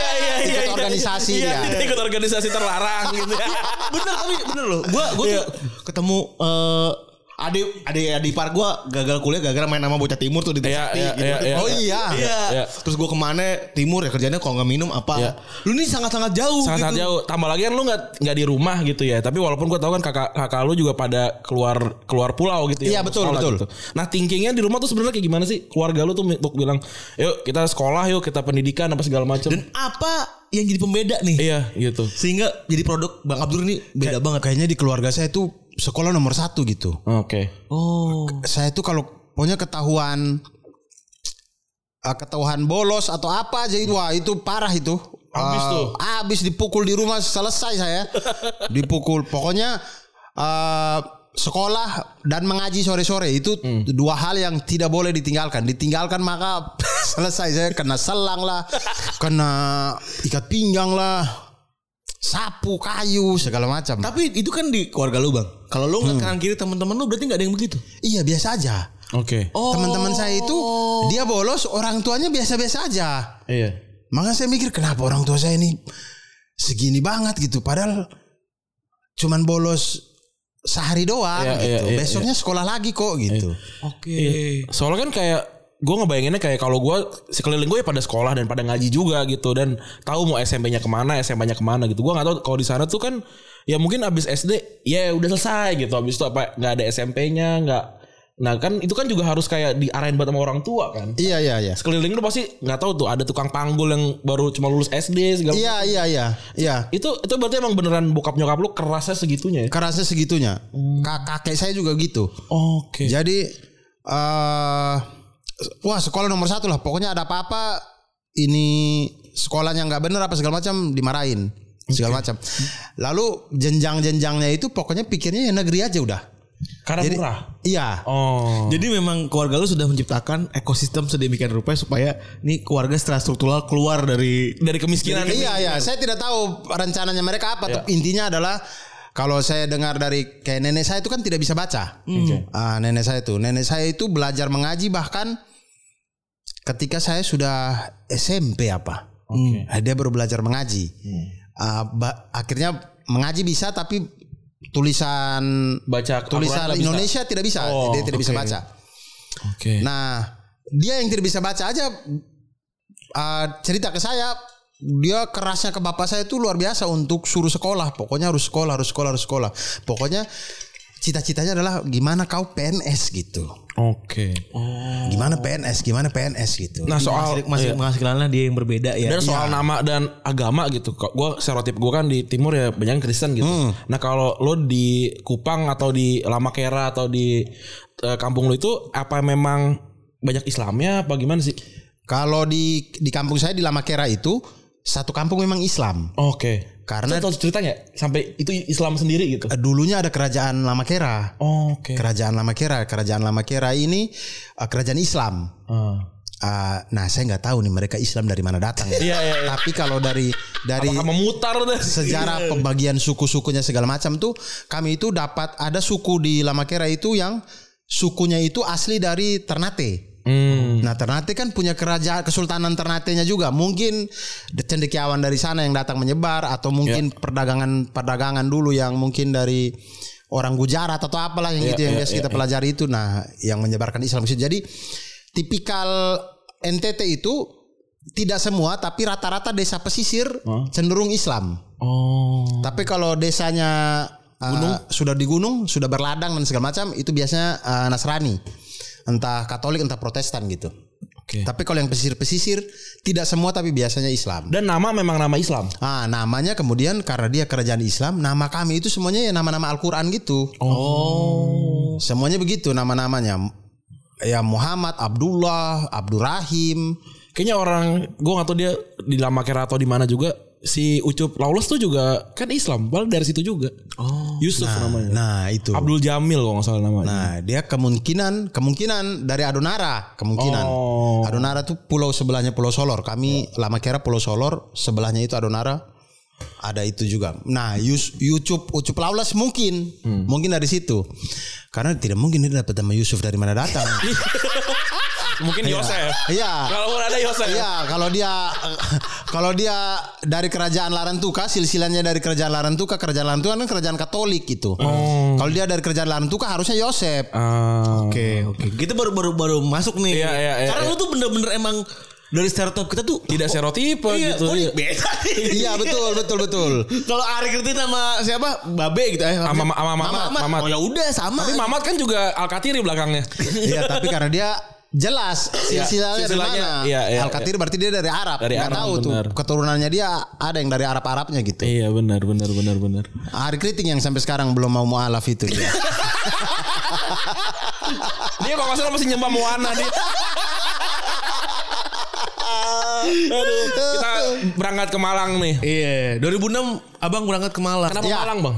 B: ikut organisasi
C: iya,
B: dia
C: tidak ikut organisasi terlarang gitu ya. Iya.
D: bener tapi bener loh gue gue tuh gitu. ketemu eh adik adik adik ipar gue gagal kuliah gara-gara main sama bocah timur tuh di
C: Iya,
D: Trisakti
C: iya,
D: gitu.
C: iya, iya.
D: oh iya,
C: Iya. Iya.
D: terus gue kemana timur ya kerjanya kalau nggak minum apa
C: Iya.
D: lu nih sangat-sangat jauh
C: Sangat-sangat
D: gitu.
C: jauh. Tambah lagi kan lu nggak nggak di rumah gitu ya. Tapi walaupun gua tahu kan kakak kakak lu juga pada keluar keluar pulau gitu ya.
B: Iya, betul,
C: Sekolah
B: betul.
C: gitu. Nah thinkingnya di rumah tuh sebenarnya kayak gimana sih? Keluarga lu tuh untuk bilang, yuk kita sekolah yuk kita pendidikan apa segala macam.
D: dan apa yang jadi pembeda nih
C: Iya gitu.
D: sehingga jadi produk bang Abdur ini beda banget
B: kayaknya di keluarga saya tuh sekolah nomor satu gitu
C: Oke.
D: oh
B: saya tuh kalau pokoknya ketahuan eh, ketahuan bolos atau apa aja itu wah itu parah itu
C: Habis
B: Eh,
C: tuh.
B: habis dipukul di rumah selesai saya dipukul pokoknya eh, sekolah dan mengaji sore-sore itu
C: Hmm.
B: dua hal yang tidak boleh ditinggalkan ditinggalkan maka selesai saya kena selang lah kena ikat pinggang lah sapu kayu segala macam
D: tapi itu kan di keluarga lu bang kalau lu
C: Hmm.
D: nggak kanan kiri teman-teman lu berarti nggak ada yang begitu
B: iya biasa aja
C: Oke.
B: Teman-teman saya itu dia bolos, orang tuanya biasa-biasa aja.
C: Iya.
B: Maka saya mikir kenapa orang tua saya ini segini banget gitu. Padahal cuman bolos sehari doang
C: Iya,
B: gitu.
C: iya, iya,
B: Besoknya sekolah lagi kok gitu.
D: oke
C: Iya. Soalnya kan kayak gue ngebayanginnya kayak kalau gue sekeliling gue ya pada sekolah dan pada ngaji juga gitu dan tahu mau SMP-nya kemana, SMA-nya kemana gitu. Gue nggak tahu kalau di sana tuh kan ya mungkin abis SD ya udah selesai gitu. Abis itu apa nggak ada SMP-nya nggak. Nah kan itu kan juga harus kayak diarahin banget sama orang tua kan.
B: Iya iya iya.
C: Sekeliling lu pasti nggak tahu tuh ada tukang panggul yang baru cuma lulus SD segala.
B: Iya iya iya. Iya.
C: Itu itu berarti emang beneran bokap nyokap lu kerasnya segitunya ya.
B: Kerasa segitunya.
C: Hmm.
B: Ka- Kakek saya juga gitu.
C: Oke.
B: Jadi eh wah sekolah nomor satu lah. Pokoknya ada apa-apa ini sekolahnya nggak bener apa segala macam dimarahin segala macam. Lalu jenjang-jenjangnya itu pokoknya pikirnya ya negeri aja udah.
C: Karena
B: Jadi-
C: murah.
B: Iya.
C: Oh.
D: Jadi memang keluarga lu sudah menciptakan ekosistem sedemikian rupa supaya ini keluarga secara struktural keluar dari
C: Dari kemiskinan.
B: Iya iya.
C: gitu.
B: Saya tidak tahu rencananya mereka
C: Iya.
B: apa. tapi Intinya adalah kalau saya dengar dari kayak nenek saya itu kan tidak bisa baca.
C: Hmm. Iya.
B: Ah, nenek saya itu, nenek saya itu belajar mengaji bahkan ketika saya sudah SMP apa, Hmm. dia baru belajar mengaji.
C: Hmm.
B: Ah, ba- akhirnya mengaji bisa tapi tulisan
C: Baca
B: tulisan
C: Al-Quran nggak bisa.
B: Indonesia tidak bisa,
C: Oh,
B: dia tidak bisa
C: oke.
B: baca.
C: Oke.
B: Nah, dia yang tidak bisa baca aja uh, cerita ke saya, dia kerasnya ke bapak saya itu luar biasa untuk suruh sekolah. Pokoknya harus sekolah, harus sekolah, harus sekolah. Pokoknya cita-citanya adalah gimana kau PNS gitu.
C: Oke.
B: Gimana PNS, gimana PNS gitu.
C: Nah soal
D: Oh. masih
C: iya.
D: menghasilkanlah dia yang berbeda ya.
C: dan soal nama dan agama gitu. Kok Gua stereotip gua kan di timur ya banyak Kristen gitu.
D: Hmm.
C: Nah kalau lo di Kupang atau di Lamakera atau di eh, kampung lo itu apa memang banyak Islamnya apa gimana sih?
B: Kalau di di kampung saya di Lamakera itu satu kampung memang Islam.
C: Oke.
B: Karena-
C: Lo tahu ceritanya sampai itu Islam sendiri gitu.
B: Eh, Dulunya ada kerajaan Lamakera.
C: Oke.
B: Kerajaan Lamakera, kerajaan Lamakera ini eh, kerajaan Islam.
C: Ah.
B: Ah, nah saya nggak tahu nih mereka Islam dari mana datang ya.
C: Iya, iya, iya.
B: Tapi kalau dari dari
C: Apakah Iya. memutar deh?
B: sejarah pembagian suku-sukunya segala macam tuh kami itu dapat ada suku di Lamakera itu yang sukunya itu asli dari Ternate.
C: Hmm.
B: Nah Ternate kan punya kerajaan Kesultanan Ternatenya juga Mungkin cendekiawan dari sana yang datang menyebar Atau mungkin perdagangan-perdagangan dulu yang mungkin dari orang Gujarat atau apalah yang gitu yang biasa kita pelajari itu Nah yang menyebarkan Islam Jadi tipikal NTT itu tidak semua tapi rata-rata desa pesisir cenderung Islam.
C: Oh.
B: Tapi kalau desanya uh, sudah di gunung, sudah berladang dan segala macam, itu biasanya uh, Nasrani, entah Katolik, entah Protestan gitu.
C: Oke.
B: Tapi kalau yang pesisir-pesisir, tidak semua tapi biasanya Islam.
C: Dan nama memang nama Islam.
B: Ah, namanya kemudian karena dia kerajaan Islam, nama kami itu semuanya ya nama-nama Al-Qur'an gitu. Oh. Semuanya begitu nama-namanya. Ya Muhammad, Abdullah, Abdurrahim.
C: Kayaknya orang gue nggak tahu dia di lama kera atau di mana juga si Ucup Lawless tuh juga kan Islam, balik dari situ juga. Oh. Yusuf namanya.
B: Nah, itu.
C: Abdul Jamil kalau nggak salah namanya.
B: Nah, dia kemungkinan kemungkinan dari Adonara, kemungkinan.
C: Oh.
B: Adonara tuh pulau sebelahnya Pulau Solor. Kami lama kira Pulau Solor, sebelahnya itu Adonara. Ada itu juga. Nah, Yus, Yucup, Ucup Laulas mungkin, mungkin dari situ. Karena tidak mungkin dia dapat nama Yusuf dari mana datang.
D: Nah,
C: Mungkin Yosef.
B: Iya.
C: Kalau ada Yosef.
B: Iya, kalau dia kalau dia dari kerajaan Larantuka, silsilanya dari kerajaan Larantuka, kerajaan Larantuka kan kerajaan Katolik gitu. Kalau dia dari kerajaan Larantuka harusnya Yosef.
C: Ah.
D: Oke oke. Kita baru baru baru masuk nih.
C: Iya, iya, iya,
D: Karena lu tuh bener-bener emang dari stereotip kita tuh
C: Tidak stereotipe
D: iya,
C: gitu.
D: oh, ini beda nih.
B: Iya, betul, betul, betul.
D: Kalau Ari Kritin sama siapa? Babe gitu eh.
C: Sama sama sama
D: Mamat.
C: Mamat.
D: Oh ya udah sama.
C: Tapi Mamat kan juga Alkatiri belakangnya.
B: Iya tapi karena dia jelas silsilahnya dari
C: silsilahnya,
B: mana.
C: iya, iya,
B: Al Katir berarti dia dari Arab.
C: Dari
B: Nggak
C: Arab,
B: tahu tuh
C: benar.
B: keturunannya dia ada yang dari Arab Arabnya gitu.
C: iya benar benar benar benar.
B: Hari Kriting yang sampai sekarang belum mau mualaf itu
C: Iya,
B: Iya. dia.
C: Dia kalau nggak salah masih nyembah Moana dia. Aduh, kita berangkat ke Malang nih.
D: Iya, 2006 Abang berangkat ke Malang.
C: Kenapa
B: Iya.
C: Malang bang?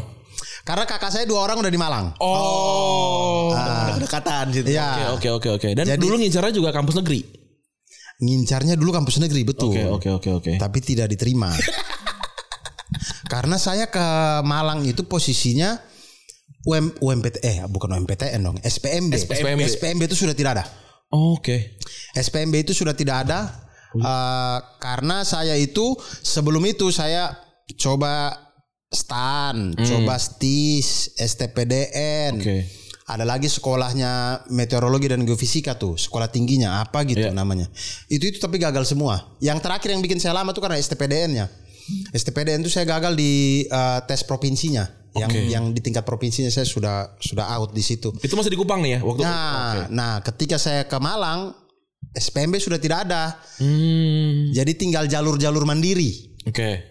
B: karena kakak saya dua orang udah di Malang.
C: Oh.
D: Ada kedekatan situ.
B: Iya.
C: gitu. Oke oke oke oke.
B: Jadi-
C: Dan dulu ngincarnya juga kampus negeri.
B: Ngincarnya dulu kampus negeri betul.
C: Oke oke oke oke.
B: Tapi tidak diterima. karena saya ke Malang itu posisinya UM, UMPT eh bukan UMPTN dong SPMB
C: SPMB.
B: SPMB itu sudah tidak ada
C: Oke.
B: SPMB itu sudah tidak ada eh, karena saya itu sebelum itu saya coba STAN, coba STIS, STPDN.
C: Oke.
B: Ada lagi sekolahnya meteorologi dan geofisika tuh, sekolah tingginya apa gitu namanya. Itu itu tapi gagal semua. Yang terakhir yang bikin saya lama tuh karena STPDN-nya. STPDN tuh saya gagal di eh, tes provinsinya. Yang yang di tingkat provinsinya saya sudah sudah out di situ.
C: Itu masih di Kupang nih ya waktu.
B: Nah, nah ketika saya ke Malang, SPMB sudah tidak ada.
C: Hmm.
B: Jadi tinggal jalur-jalur mandiri.
C: Oke.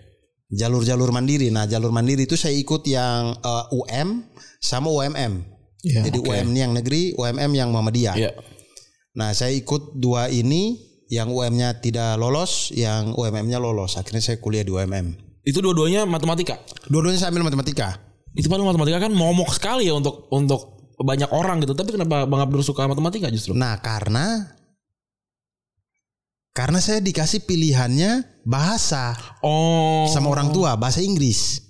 B: Jalur-jalur mandiri. Nah, jalur mandiri itu saya ikut yang eh, UM sama UMM. Jadi UM ini yang negeri, UMM yang Muhammadiyah.
C: Iya.
B: Nah, saya ikut dua ini yang UM-nya tidak lolos, yang UMM-nya lolos. Akhirnya saya kuliah di UMM.
C: Itu dua-duanya matematika.
B: Dua-duanya saya ambil matematika.
C: Itu padahal matematika kan momok sekali ya untuk untuk banyak orang gitu. Tapi kenapa Bang Abdur suka matematika justru?
B: Nah, karena karena saya dikasih pilihannya bahasa.
C: Oh.
B: sama orang tua bahasa Inggris.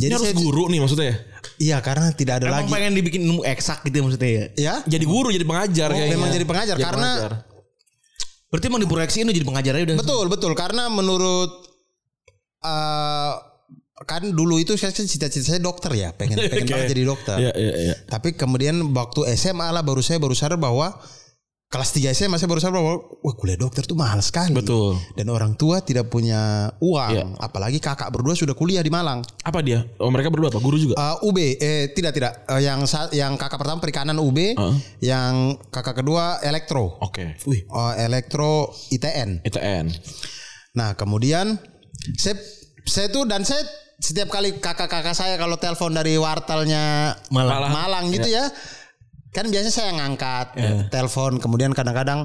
C: Ini
B: Jadi
C: harus
B: saya,
C: guru nih maksudnya ya.
B: iya karena tidak ada
D: Emang
B: lagi.
D: pengen dibikin ilmu eksak gitu maksudnya ya.
B: Ya,
C: Jadi guru, jadi pengajar
B: Oh,
C: kayaknya.
B: memang jadi pengajar, karena-
D: Berarti emang diproyeksiin lu jadi pengajar aja udah.
B: betul betul karena menurut eh kan dulu itu saya kan cita-cita saya dokter ya, pengen pengen banget jadi dokter.
C: Iya, iya, iya.
B: Tapi kemudian waktu SMA lah baru saya baru sadar bahwa kelas 3 SMA saya baru sadar bahwa wah kuliah dokter tuh mahal sekali.
C: Betul.
B: Dan orang tua tidak punya uang,
C: Iya.
B: apalagi kakak berdua sudah kuliah di Malang.
C: Apa dia? Oh, mereka berdua apa? Guru juga.
B: Eh, UB eh tidak tidak Eh, yang sa- yang kakak pertama perikanan UB,
C: Heeh.
B: yang kakak kedua elektro.
C: Oke. E Wih,
B: Oh, elektro ITN.
C: ITN.
B: Nah, kemudian saya saya tuh dan saya setiap kali kakak-kakak saya kalau telepon dari wartelnya
D: Malang.
B: Malang gitu ya. Kan biasanya saya ngangkat telepon kemudian kadang-kadang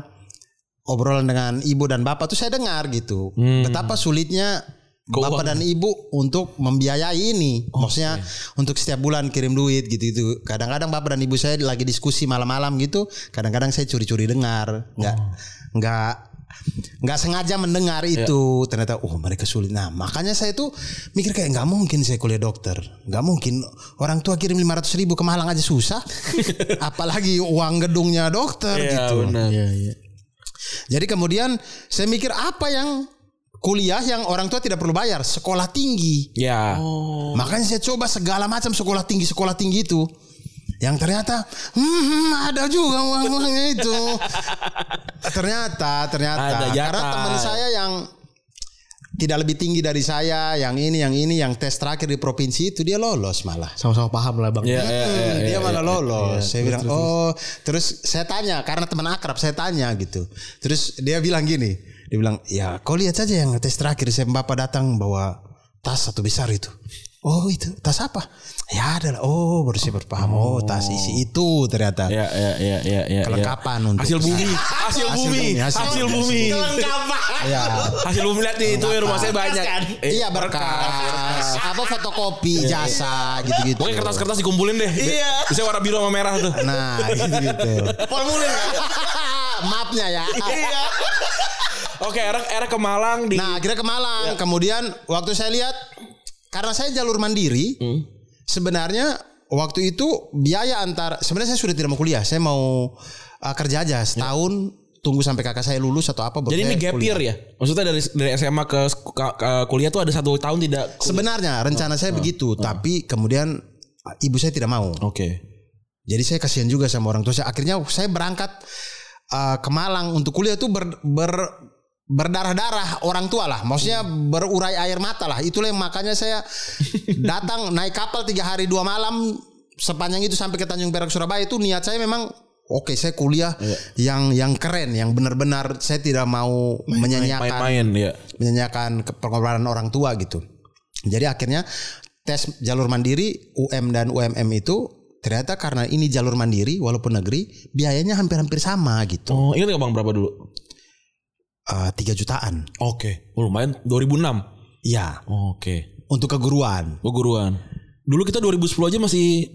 B: obrolan dengan ibu dan bapak tuh saya dengar gitu. Betapa sulitnya Bapak dan ibu untuk membiayai ini, maksudnya untuk setiap bulan kirim duit gitu-gitu. Kadang-kadang bapak dan ibu saya lagi diskusi malam-malam gitu, kadang-kadang saya curi-curi dengar, nggak nggak nggak sengaja mendengar itu ternyata oh mereka sulit nah makanya saya tuh mikir kayak nggak mungkin saya kuliah dokter nggak mungkin orang tua kirim 500.000 ribu ke Malang aja susah apalagi uang gedungnya dokter gitu
C: Iya, benar.
B: jadi kemudian saya mikir apa yang kuliah yang orang tua tidak perlu bayar sekolah tinggi
C: Ya.
B: Oh. makanya saya coba segala macam sekolah tinggi sekolah tinggi itu Yang ternyata hmm, hmm, ada juga uang-uangnya itu. ternyata, ternyata.
C: Ada
B: Karena
C: jatah.
B: teman saya yang tidak lebih tinggi dari saya, yang ini, yang ini, yang tes terakhir di provinsi itu dia lolos malah.
D: Sama-sama paham lah bang.
C: Iya, iya,
B: Hmm,
C: iya,
B: dia
C: iya,
B: malah
C: iya.
B: lolos. saya bilang, "Oh, terus saya tanya karena teman akrab, saya tanya gitu." Terus dia bilang gini, dia bilang, "Ya, kau lihat saja yang tes terakhir saya Bapak datang bawa tas satu besar itu." Oh itu tas apa? Ya adalah oh baru saya berpaham oh, tas isi itu ternyata
C: Ya, ya, ya, ya, ya.
B: Kelengkapan
C: ya.
B: untuk-
C: hasil bumi, hasil
B: Hasil
C: bumi,
B: bumi, hasil
C: hasil
B: bumi.
C: bumi.
B: Ya.
C: Hasil bumi lihat nih itu ya, rumah saya banyak. Eh, Iya.
B: iya berkas, apa fotokopi jasa gitu-gitu.
C: Pokoknya kertas-kertas dikumpulin deh. Iya. Bisa warna biru sama merah tuh.
B: Nah gitu-gitu.
D: Formulir.
B: Maafnya ya.
C: Iya. Oke, Erek Erek ke Malang di
B: Nah akhirnya ke Malang.
C: Iya.
B: Kemudian waktu saya lihat karena saya jalur mandiri,
C: Hmm.
B: sebenarnya waktu itu biaya antar sebenarnya saya sudah tidak mau kuliah, saya mau uh, kerja aja setahun tunggu sampai kakak saya lulus atau apa. baru
C: Iya. Jadi
B: saya
C: ini gap
B: kuliah.
C: year ya? Maksudnya dari dari SMA ke, ke, ke kuliah tuh ada satu tahun tidak kuliah.
B: Sebenarnya rencana saya
C: Oh.
B: begitu, tapi kemudian uh, ibu saya tidak mau.
C: Oke.
B: Jadi saya kasihan juga sama orang tua saya. Akhirnya saya berangkat uh, ke Malang untuk kuliah itu ber, ber- berdarah-darah orang tua lah. Maksudnya berurai air mata lah. Itulah yang makanya saya datang naik kapal tiga hari dua malam sepanjang itu sampai ke Tanjung Perak Surabaya itu niat saya memang oke saya kuliah
C: Iya.
B: yang yang keren yang benar-benar saya tidak mau menyanyiakan
C: Main-main ya.
B: menyanyiakan ke- pengorbanan orang tua gitu. Jadi akhirnya tes jalur mandiri UM dan UMM itu ternyata karena ini jalur mandiri walaupun negeri biayanya hampir-hampir sama gitu.
C: Oh, ingat nggak Bang berapa dulu?
B: Eh, Tiga jutaan.
C: Oke. Oh, lumayan 2006.
B: Ya,
C: Oke.
B: untuk keguruan.
C: Perguruan. Dulu kita 2010 aja masih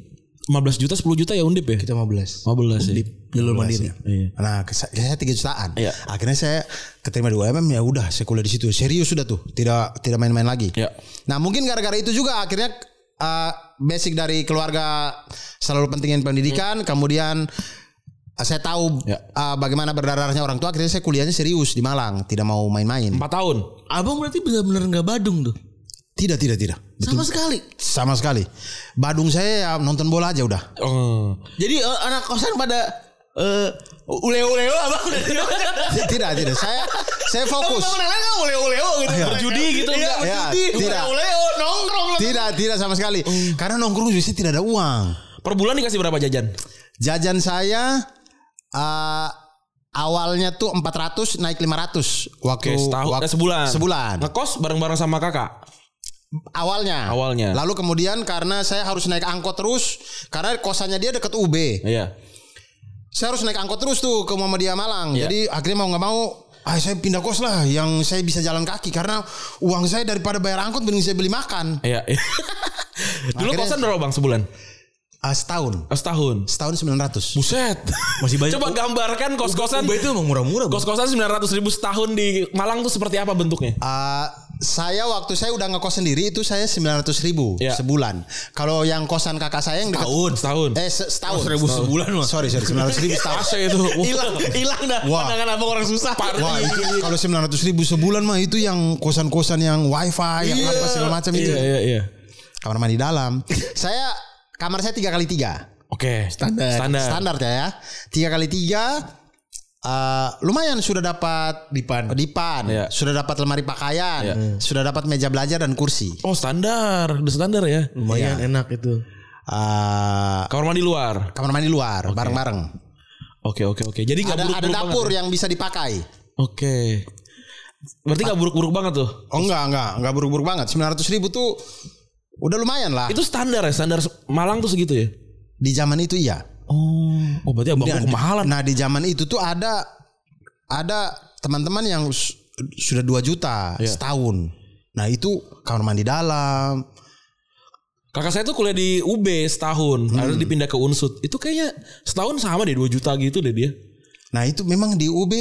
C: 15 juta 10 juta ya Undip ya? Kita
B: 15.
C: 15 ya.
B: Jalur mandiri.
C: Iya.
B: Nah, ke- saya 3 jutaan.
C: Iya.
B: Akhirnya saya keterima di UMM ya udah saya kuliah di situ. Serius sudah tuh, tidak tidak main-main lagi.
C: Ya.
B: Nah mungkin gara-gara itu juga akhirnya uh, basic dari keluarga selalu pentingin pendidikan. Kemudian uh, saya tahu
C: Ya.
B: uh, bagaimana berdarahnya orang tua. Akhirnya saya kuliahnya serius di Malang, tidak mau main-main.
C: 4 tahun.
D: Abang berarti benar-benar nggak badung tuh.
B: Tidak, tidak, tidak. Betul.
D: Sama sekali.
B: Sama sekali. Badung saya ya nonton bola aja udah.
C: Oh.
D: Jadi eh, anak kosan pada eh uleo-uleo abang udah di
B: tidak, tidak. Saya saya fokus.
D: Abang kenalnya nggak uleo-uleo gitu.
B: Iya.
D: Berjudi gitu
B: Iya,
D: enggak?
B: iya,
D: berjudi.
B: tidak.
D: Uleo-uleo nongkrong lah.
B: Tidak, tidak sama sekali.
C: Oh.
B: Karena nongkrong justru tidak ada uang.
C: Per bulan dikasih berapa jajan?
B: Jajan saya eh, awalnya tuh 400 naik 500 waktu
C: Oke, setahun
B: wak-
C: eh, sebulan.
B: Sebulan.
C: Ngekos bareng-bareng sama kakak.
B: Awalnya.
C: Awalnya.
B: Lalu kemudian karena saya harus naik angkot terus karena kosannya dia deket UB.
C: Iya.
B: Saya harus naik angkot terus tuh ke Muhammadiyah Malang.
C: Iya.
B: Jadi akhirnya mau nggak mau ah, saya pindah kos lah yang saya bisa jalan kaki karena uang saya daripada bayar angkot mending saya beli makan.
C: Iya. Dulu
B: Akhirnya-
C: kosan berapa Bang sebulan?
B: Ah, setahun.
C: Eh, Setahun.
B: Setahun 900.
C: Buset.
D: Masih banyak.
C: Coba gambarkan kos-kosan.
D: Ubay itu emang murah-murah. Bang.
C: Kos-kosan 900 ribu setahun di Malang tuh seperti apa bentuknya?
B: Ah, saya waktu saya udah ngekos sendiri itu saya 900 ribu
C: Iya.
B: sebulan. Kalau yang kosan kakak saya yang deket,
D: Ah. Iya.
C: setahun.
B: Eh se- setahun.
D: Oh, seribu sebulan, Mas.
B: Sorry sorry 900 ribu setahun.
C: Asa itu. Wah.
D: Hilang, hilang dah.
B: Wah.
D: Pandangan abang orang susah.
B: Wah itu kalau 900 ribu sebulan mah itu yang kosan-kosan yang wifi yang apa segala macam itu.
C: Iya iya iya.
B: Kamar mandi dalam. saya kamar saya tiga kali tiga.
C: Oke.
D: Standar.
C: Standar.
B: Standar ya. Tiga kali tiga. eh, lumayan sudah dapat dipan, Oh, dipan,
C: Iya.
B: sudah dapat lemari pakaian,
C: Iya.
B: sudah dapat meja belajar dan kursi.
C: Oh standar, udah standar ya.
D: Lumayan enak itu.
B: Eh,
C: Kamar mandi luar.
B: kamar mandi luar bareng-bareng.
C: Oke oke oke. Jadi nggak
B: Ada ada
C: buruk-buruk banget. ya?
B: dapur yang bisa dipakai.
C: Oke. Berarti nggak buruk-buruk banget tuh.
B: Oh enggak enggak enggak buruk-buruk banget. 900 ribu tuh udah lumayan lah.
C: Itu standar ya, standar Malang tuh segitu ya.
B: Di zaman itu iya.
C: Oh, oh berarti abang
B: Dan-
C: gua kemahalan.
B: Nah di zaman itu tuh ada ada teman-teman yang su- sudah 2 juta
C: Iya.
B: setahun. Nah itu kamar mandi dalam.
C: Kakak saya tuh kuliah di UB setahun,
B: Hmm.
C: lalu dipindah ke Unsut. Itu kayaknya setahun sama deh 2 juta gitu deh dia.
B: Nah itu memang di UB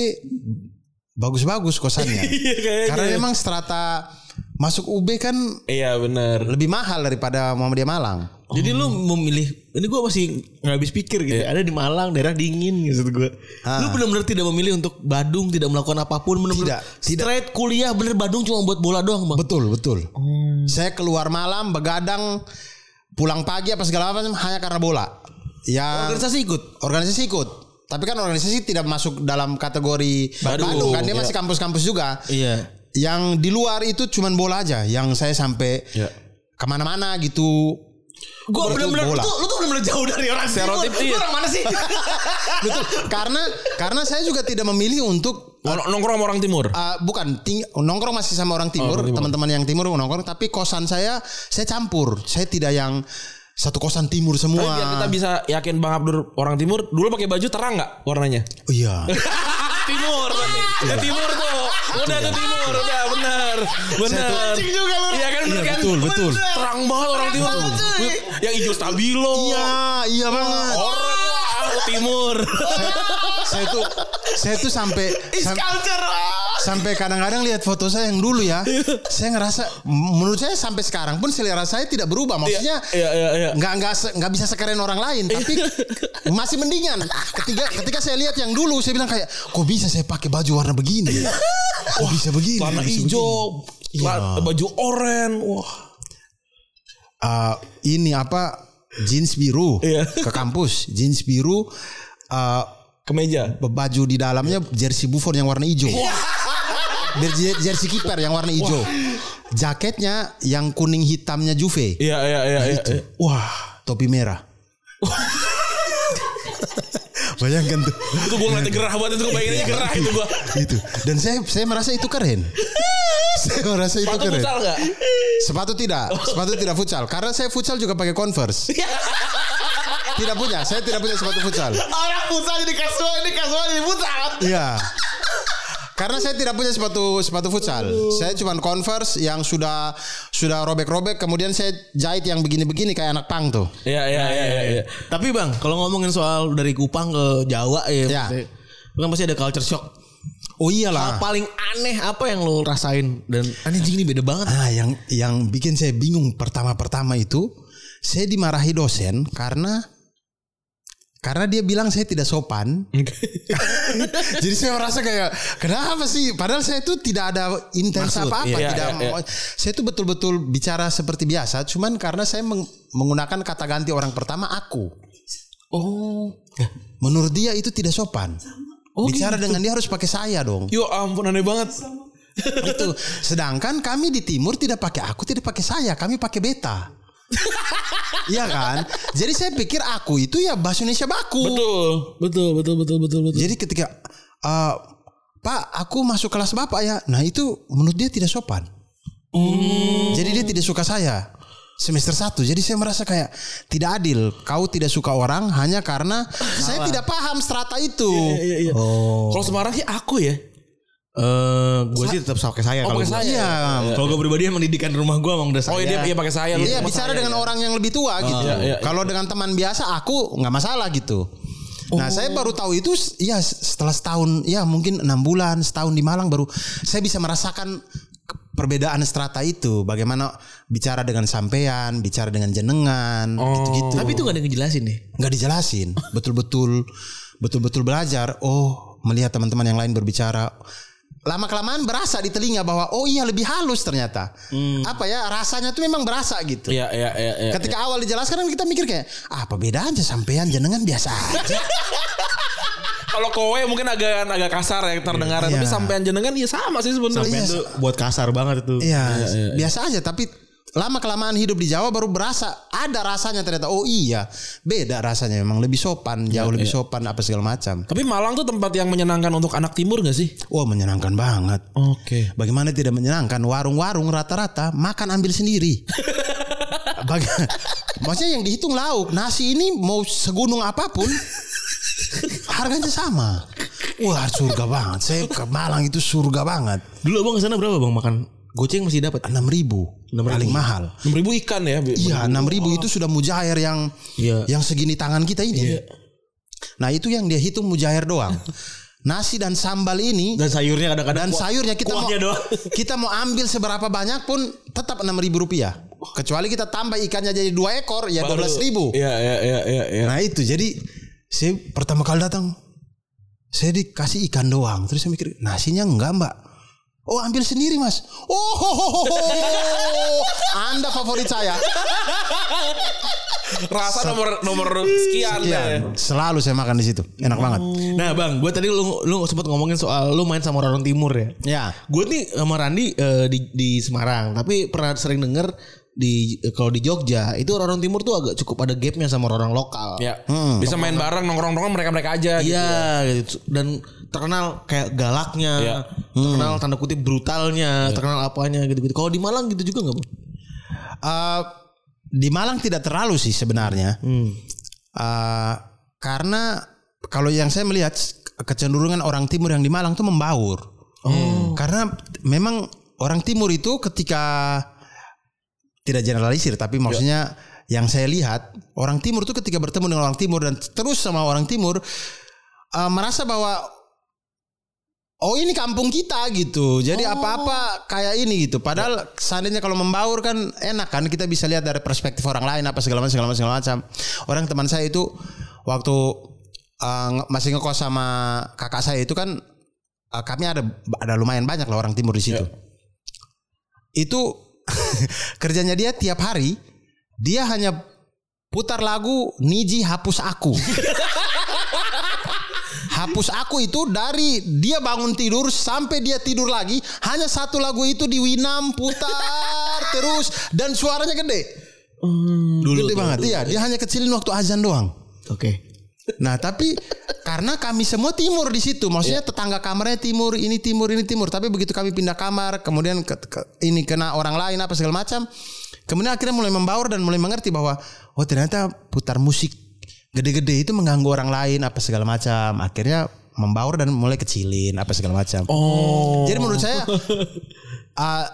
B: bagus-bagus kosannya.
C: Iya kayaknya.
B: Karena memang strata masuk UB kan
C: Iya benar.
B: lebih mahal daripada Muhammadiyah Malang.
D: Jadi lu memilih ini gue masih nggak habis pikir gitu.
B: Iya.
D: Ada di Malang daerah dingin gitu gue.
B: Ah.
D: Lu benar-benar tidak memilih untuk Badung tidak melakukan apapun benar-benar
B: Tidak,
D: straight kuliah bener Badung cuma buat bola doang bang.
B: Betul, betul.
D: Oh.
B: Saya keluar malam begadang pulang pagi apa segala macam hanya karena bola. Ya
D: Organisasi ikut.
B: organisasi ikut. Tapi kan organisasi tidak masuk dalam kategori
C: Badung.
B: Badung kan dia
C: Iya.
B: masih kampus-kampus juga.
D: Iya.
B: Yang di luar itu cuman bola aja yang saya sampai
D: Iya.
B: kemana-mana gitu.
D: Gue
B: Bola-
D: bener-bener
B: bola.
D: lu tuh, lu tuh bener-bener jauh dari orang
C: Stereotip,
D: Lu-
C: iya.
D: Lu orang mana sih?
B: Betul. karena karena saya juga tidak memilih untuk
C: Nong- Nongkrong sama orang timur.
B: eh, bukan ting- nongkrong masih sama orang timur, teman-teman yang timur nongkrong tapi kosan saya saya campur. Saya tidak yang satu kosan timur
C: Tapi
B: semua.
C: biar Oh, iya, kita bisa yakin Bang Abdur orang timur, dulu pakai baju terang nggak warnanya?
B: Oh, iya.
C: timur berarti. Ya timur tuh. Udah tuh timur, udah benar. Benar.
D: Anjing juga lu.
C: Iya kan bener kan?
B: betul, betul.
C: Bener. Terang banget orang timur.
D: Terang banget, cuy.
C: Yang hijau stabilo.
B: Iya, iya banget.
C: Orang wah, lu timur.
B: Saya tuh saya tuh sampai
D: It's
B: sam-
D: culture. ah.
B: sampai kadang-kadang lihat foto saya yang dulu ya. saya ngerasa menurut saya sampai sekarang pun selera saya tidak berubah. Maksudnya
C: Iya, iya, iya.
B: nggak nggak se- nggak bisa sekeren orang lain tapi masih mendingan ketika ketika saya lihat yang dulu saya bilang kayak kok bisa saya pakai baju warna begini kok bisa begini
C: Iya. Warna
B: Bisa begini?"
C: hijau, la- baju oren. Wah.
B: Eh, ini apa jeans biru
C: Iya.
B: ke kampus jeans biru eh,
C: Kemeja.
B: baju di dalamnya jersey Buffon yang warna hijau. Jer- jer- jersey kiper yang warna hijau. Jaketnya yang kuning hitamnya Juve.
C: Iya, iya, iya, iya.
B: Wah, topi merah. Bayangkan tuh.
C: Itu gua ngeliatnya gerah banget itu gua bayanginnya gerah itu gua.
B: Itu. Dan saya saya merasa itu keren. saya merasa itu
C: Sepatu
B: keren.
C: futsal enggak?
B: Sepatu tidak. Sepatu tidak futsal karena saya futsal juga pakai Converse. tidak punya. Saya tidak punya sepatu futsal.
D: Orang futsal jadi kasual, ini kasual jadi futsal.
B: Iya. Karena saya tidak punya sepatu sepatu futsal. Saya cuma Converse yang sudah sudah robek-robek kemudian saya jahit yang begini-begini kayak anak pang tuh.
C: Iya, iya, iya, iya, iya.
D: Tapi bang, kalau ngomongin soal dari Kupang ke Jawa ya,
B: Ya.
D: pasti- kan pasti ada culture shock.
B: Oh
D: Hal
B: iyalah.
D: paling aneh apa yang lo rasain dan anjing ini beda banget.
B: Ah, yang yang bikin saya bingung pertama-pertama itu saya dimarahi dosen karena karena dia bilang saya tidak sopan. Jadi saya merasa kayak kenapa sih? Padahal saya itu tidak ada intens
D: Maksud,
B: apa-apa,
C: iya,
B: tidak
C: iya, iya.
B: mau- saya itu betul-betul bicara seperti biasa, cuman karena saya meng- menggunakan kata ganti orang pertama aku.
C: Oh.
B: Menurut dia itu tidak sopan. bicara
C: gitu.
B: dengan dia harus pakai saya dong.
C: Ya ampun aneh banget.
B: Nah, itu. Sedangkan kami di timur tidak pakai aku, tidak pakai saya, kami pakai beta. Iya kan? Jadi saya pikir aku itu ya bahasa Indonesia baku.
C: Betul, betul, betul, betul, betul, betul.
B: Jadi ketika eh, Pak, aku masuk kelas Bapak ya. Nah, itu menurut dia tidak sopan. Jadi dia tidak suka saya. Semester 1. Jadi saya merasa kayak tidak adil. Kau tidak suka orang hanya karena saya tidak paham strata itu. Oh.
C: Iya, iya. Kalau Semarang sih aku ya.
D: Oh. Eh, gue sih tetap pakai saya.
C: Oh,
D: kalau
C: pakai
D: gua.
C: saya.
B: Iya.
D: Kalau gue pribadi yang mendidikan rumah gue emang udah saya.
C: Oh iya, dia- iya pakai saya. lu
B: Iya
C: sama
B: bicara
C: saya.
B: dengan orang yang lebih tua gitu.
C: iya, iya.
B: Kalau dengan teman biasa aku nggak masalah gitu. Nah saya
C: Oh.
B: baru tahu itu s- ya s- setelah setahun ya mungkin enam bulan setahun di Malang baru saya bisa merasakan ke- perbedaan strata itu bagaimana bicara dengan sampean bicara dengan jenengan
C: Oh.
B: gitu-gitu
D: Tapi itu gak ada yang ngejelasin nih.
B: nggak dijelasin betul-betul betul-betul belajar oh melihat teman-teman yang lain berbicara lama kelamaan berasa di telinga bahwa oh iya lebih halus ternyata apa ya rasanya tuh memang berasa gitu
C: Iya, iya, iya, iya.
B: Ketika awal dijelaskan kan kita mikir kayak "Ah, apa bedanya sampean jenengan biasa aja.
C: Kalau kowe mungkin agak agak kasar ya terdengar, tapi
B: Iya.
C: sampean jenengan ya sama sih sebenarnya.
D: Sampai
B: Iya.
D: itu buat kasar banget itu.
B: Iya, biasa aja tapi lama kelamaan hidup di Jawa baru berasa ada rasanya ternyata oh iya beda rasanya memang lebih sopan jauh lebih sopan apa segala macam
C: Tapi Malang tuh tempat yang menyenangkan untuk anak timur gak sih?
B: wah menyenangkan banget
C: Oke.
B: bagaimana tidak menyenangkan warung-warung rata-rata makan ambil sendiri Baga- maksudnya yang dihitung lauk nasi ini mau segunung apapun harganya sama wah surga banget saya ke Malang itu surga banget
D: Dulu abang kesana berapa bang makan? Goceng masih dapat.
B: enam ribu paling mahal
C: 6.000 ribu ikan ya. Bi-
B: iya enam ribu itu sudah mujair yang
D: Iya.
B: yang segini tangan kita ini nah itu yang dia hitung mujair doang nasi dan sambal ini
D: Dan sayurnya kadang-kadang.
B: dan sayurnya kita mau
D: kuahnya doang.
B: kita mau ambil seberapa banyak pun tetap enam ribu rupiah kecuali kita tambah ikannya jadi dua ekor ya dua belas ribu
C: Iya, iya, iya, iya, iya.
B: nah itu jadi saya pertama kali datang saya dikasih ikan doang terus saya mikir nasinya enggak mbak Oh ambil sendiri mas. Oh, ho, ho, ho, ho. Anda favorit saya.
C: Rasa nomor nomor sekian, deh.
B: Iya, selalu saya makan di situ. Enak banget.
D: Nah bang, gue tadi lu lu sempat ngomongin soal lu main sama orang timur ya.
B: Ya.
D: Gue nih sama Randi eh, di, di Semarang, tapi pernah sering denger di eh, kalau di Jogja itu orang-orang timur tuh agak cukup ada gapnya sama orang-orang lokal.
C: Ya.
B: Hmm.
C: Bisa main bareng nongkrong-nongkrong mereka-mereka aja gitu.
D: Iya, gitu. dan terkenal kayak galaknya,
C: Iya.
D: terkenal tanda kutip brutalnya, terkenal apanya gitu-gitu. Kalau di Malang gitu juga nggak bang?
B: Eh, di Malang tidak terlalu sih sebenarnya. Eh, karena kalau yang saya melihat kecenderungan orang timur yang di Malang tuh membaur. Karena memang orang timur itu ketika tidak generalisir tapi maksudnya yang saya lihat orang timur tuh ketika bertemu dengan orang timur dan terus sama orang timur eh, merasa bahwa oh ini kampung kita gitu. Jadi apa-apa kayak ini gitu. Padahal seandainya kalau membaur kan enak kan kita bisa lihat dari perspektif orang lain apa segala macam segala macam segala macam. Orang teman saya itu waktu eh, nge- masih ngekos sama kakak saya itu kan eh, kami ada ada lumayan banyak lah orang timur di situ. Itu kerjanya dia tiap hari dia hanya putar lagu Niji hapus aku. Hapus aku itu dari dia bangun tidur sampai dia tidur lagi hanya satu lagu itu di Winam putar terus dan suaranya gede.
D: Dulu
B: gede
D: tuh.
B: banget. Iya, dia hanya kecilin waktu azan doang.
D: Oke.
B: Nah, tapi karena kami semua timur di situ, maksudnya tetangga kamarnya timur, ini timur, ini timur. Tapi begitu kami pindah kamar, kemudian ke- ke- ini kena orang lain apa segala macam. Kemudian akhirnya mulai membaur dan mulai mengerti bahwa oh ternyata putar musik gede-gede itu mengganggu orang lain apa segala macam. Akhirnya membaur dan mulai kecilin apa segala macam.
D: Oh.
B: Jadi menurut saya uh,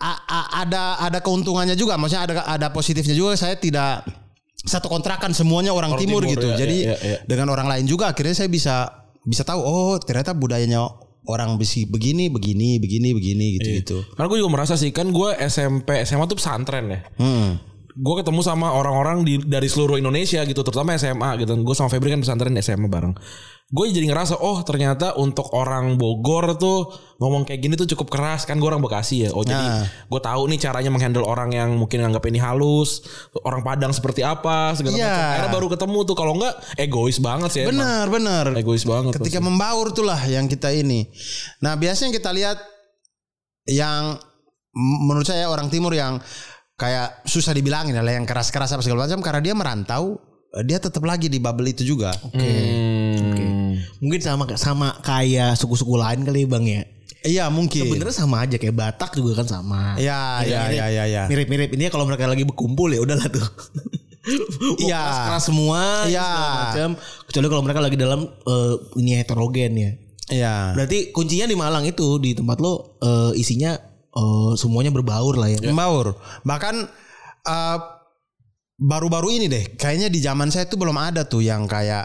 B: a- a- ada ada keuntungannya juga, maksudnya ada ada positifnya juga. Saya tidak satu kontrakan semuanya orang, timur,
C: timur,
B: gitu.
C: ya,
B: Jadi
C: ya, ya, ya.
B: dengan orang lain juga akhirnya saya bisa bisa tahu oh ternyata budayanya orang besi begini begini begini begini gitu gitu.
C: Karena gue juga merasa sih kan gue SMP SMA tuh pesantren ya.
B: Hmm.
C: Gue ketemu sama orang-orang di dari seluruh Indonesia gitu, terutama SMA gitu. Gue sama Febri kan pesantren SMA bareng. Gue jadi ngerasa oh ternyata untuk orang Bogor tuh ngomong kayak gini tuh cukup keras kan gue orang Bekasi ya. Oh jadi
B: Nah.
C: gue tahu nih caranya menghandle orang yang mungkin nganggap ini halus, orang Padang seperti apa segala
B: Iya.
C: macam. Akhirnya baru ketemu tuh kalau enggak egois banget sih. emang.
B: Benar benar.
C: Egois banget.
B: Ketika membaur itulah yang kita ini. Nah biasanya kita lihat yang m- menurut saya orang timur yang kayak susah dibilangin adalah yang keras-keras apa segala macam karena dia merantau eh, dia tetap lagi di bubble itu juga.
C: Hmm.
D: Mungkin sama sama kayak suku-suku lain kali bang ya.
B: Iya mungkin.
D: Sebenarnya sama aja kayak Batak juga kan sama.
B: Iya iya iya iya. iya.
D: Mirip-mirip ini kalau mereka lagi berkumpul ya udahlah tuh.
B: Iya.
D: keras semua
B: Iya.
D: segala macam kecuali kalau mereka lagi dalam eh, ini heterogen ya.
B: Iya.
D: Berarti kuncinya di Malang itu di tempat lo eh, isinya eh, semuanya berbaur lah ya.
B: Membaur. Bahkan eh, baru-baru ini deh kayaknya di zaman saya tuh belum ada tuh yang kayak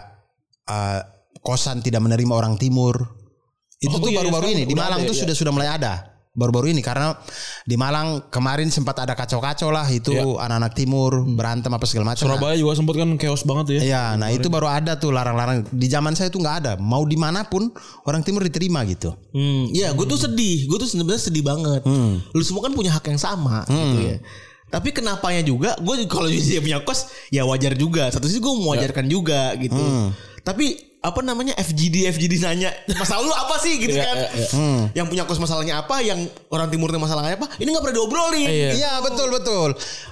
B: eh, kosan tidak menerima orang timur. Itu
C: Oh,
B: tuh
C: iya,
B: baru-baru
C: sekarang
B: ini di
C: udah
B: Malang
C: ada,
B: tuh
C: iya.
B: sudah sudah mulai ada baru-baru ini karena di Malang kemarin sempat ada kacau-kacau lah itu anak-anak timur berantem apa segala macam. Nah,
C: Ya. Surabaya juga sempet kan chaos banget ya.
B: Iya, nah itu baru ada tuh larang-larang. Di zaman saya tuh nggak ada. Mau dimanapun orang timur diterima gitu.
D: Hmm, ya gue tuh sedih, gue tuh sebenarnya sedih banget.
C: Hmm.
D: Lu semua kan punya hak yang sama gitu ya. Tapi kenapanya juga, gue kalau jadi punya kos, ya wajar juga. Satu sisi gue
C: Ya.
D: mewajarkan juga gitu.
C: Hmm.
D: Tapi apa namanya FGD FGD nanya masalah lu apa
C: Ya,
D: sih gitu kan?
C: Hmm.
D: Yang punya kos masalahnya apa? Yang orang timurnya masalahnya apa? Ini nggak pernah diobrolin.
C: Iya.
B: Iya betul betul.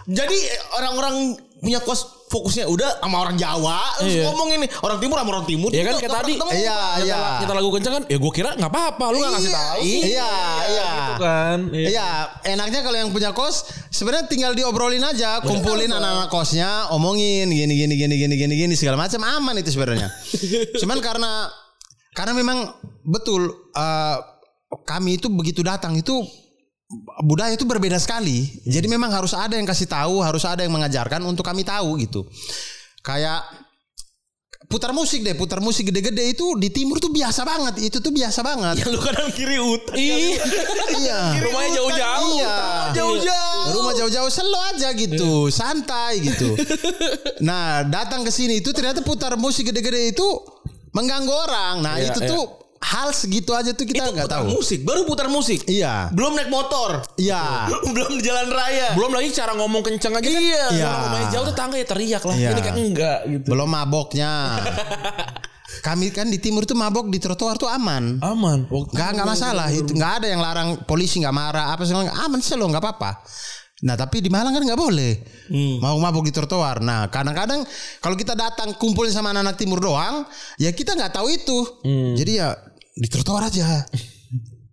D: Jadi eh, orang-orang punya kos fokusnya udah sama orang Jawa terus
C: Iya.
D: ngomongin nih orang timur sama orang timur gitu,
C: Ya kan
D: Nggak-
C: kayak
D: nggak
C: tadi.
D: pernah ketemu.
B: Iya
C: Kita-
B: iya.
C: Kita lagu kencang kan, ya gue kira nggak apa-apa, lu nggak ngasih
B: Iya,
C: tahu.
B: Iya iya.
C: Gitu kan. Iya.
B: Iya, enaknya kalau yang punya kos sebenarnya tinggal diobrolin aja, kumpulin anak-anak kosnya, omongin gini gini gini gini gini gini segala macam aman itu sebenarnya. Cuman karena karena memang betul eh, kami itu begitu datang itu budaya itu berbeda sekali. Jadi memang harus ada yang kasih tahu, harus ada yang mengajarkan untuk kami tahu gitu. Kayak putar musik deh, putar musik gede-gede itu di timur tuh biasa banget. Itu tuh biasa banget.
D: Lu kadang kiri gitu. utang.
B: Iya.
C: Rumahnya jauh-jauh.
B: Iya.
D: Jauh-jauh.
B: Rumah jauh-jauh selo aja gitu, santai gitu. Nah, datang ke sini itu ternyata putar musik gede-gede itu mengganggu orang. Nah,
C: Iya,
B: itu
C: iya.
B: tuh hal segitu aja tuh kita nggak
D: putar
B: tahu.
D: musik, baru putar musik.
B: Iya.
D: Belum naik motor.
B: Iya.
D: Belum di jalan raya.
C: Belum lagi cara ngomong kenceng aja kan. Iya.
B: Iya.
C: Orang ngomongnya jauh tetangga ya teriak lah.
B: Iya.
C: Ini kan enggak gitu.
B: Belum maboknya. Kami kan di timur tuh mabok di trotoar tuh aman.
C: Aman.
B: Enggak enggak masalah. Itu enggak ada yang larang polisi enggak marah apa segala aman sih lo enggak apa-apa. Nah, tapi di Malang kan enggak boleh. Mau mabuk di trotoar. Nah, kadang-kadang kalau kita datang kumpul sama anak-anak timur doang, ya kita nggak tahu itu. Jadi ya di trotoar aja.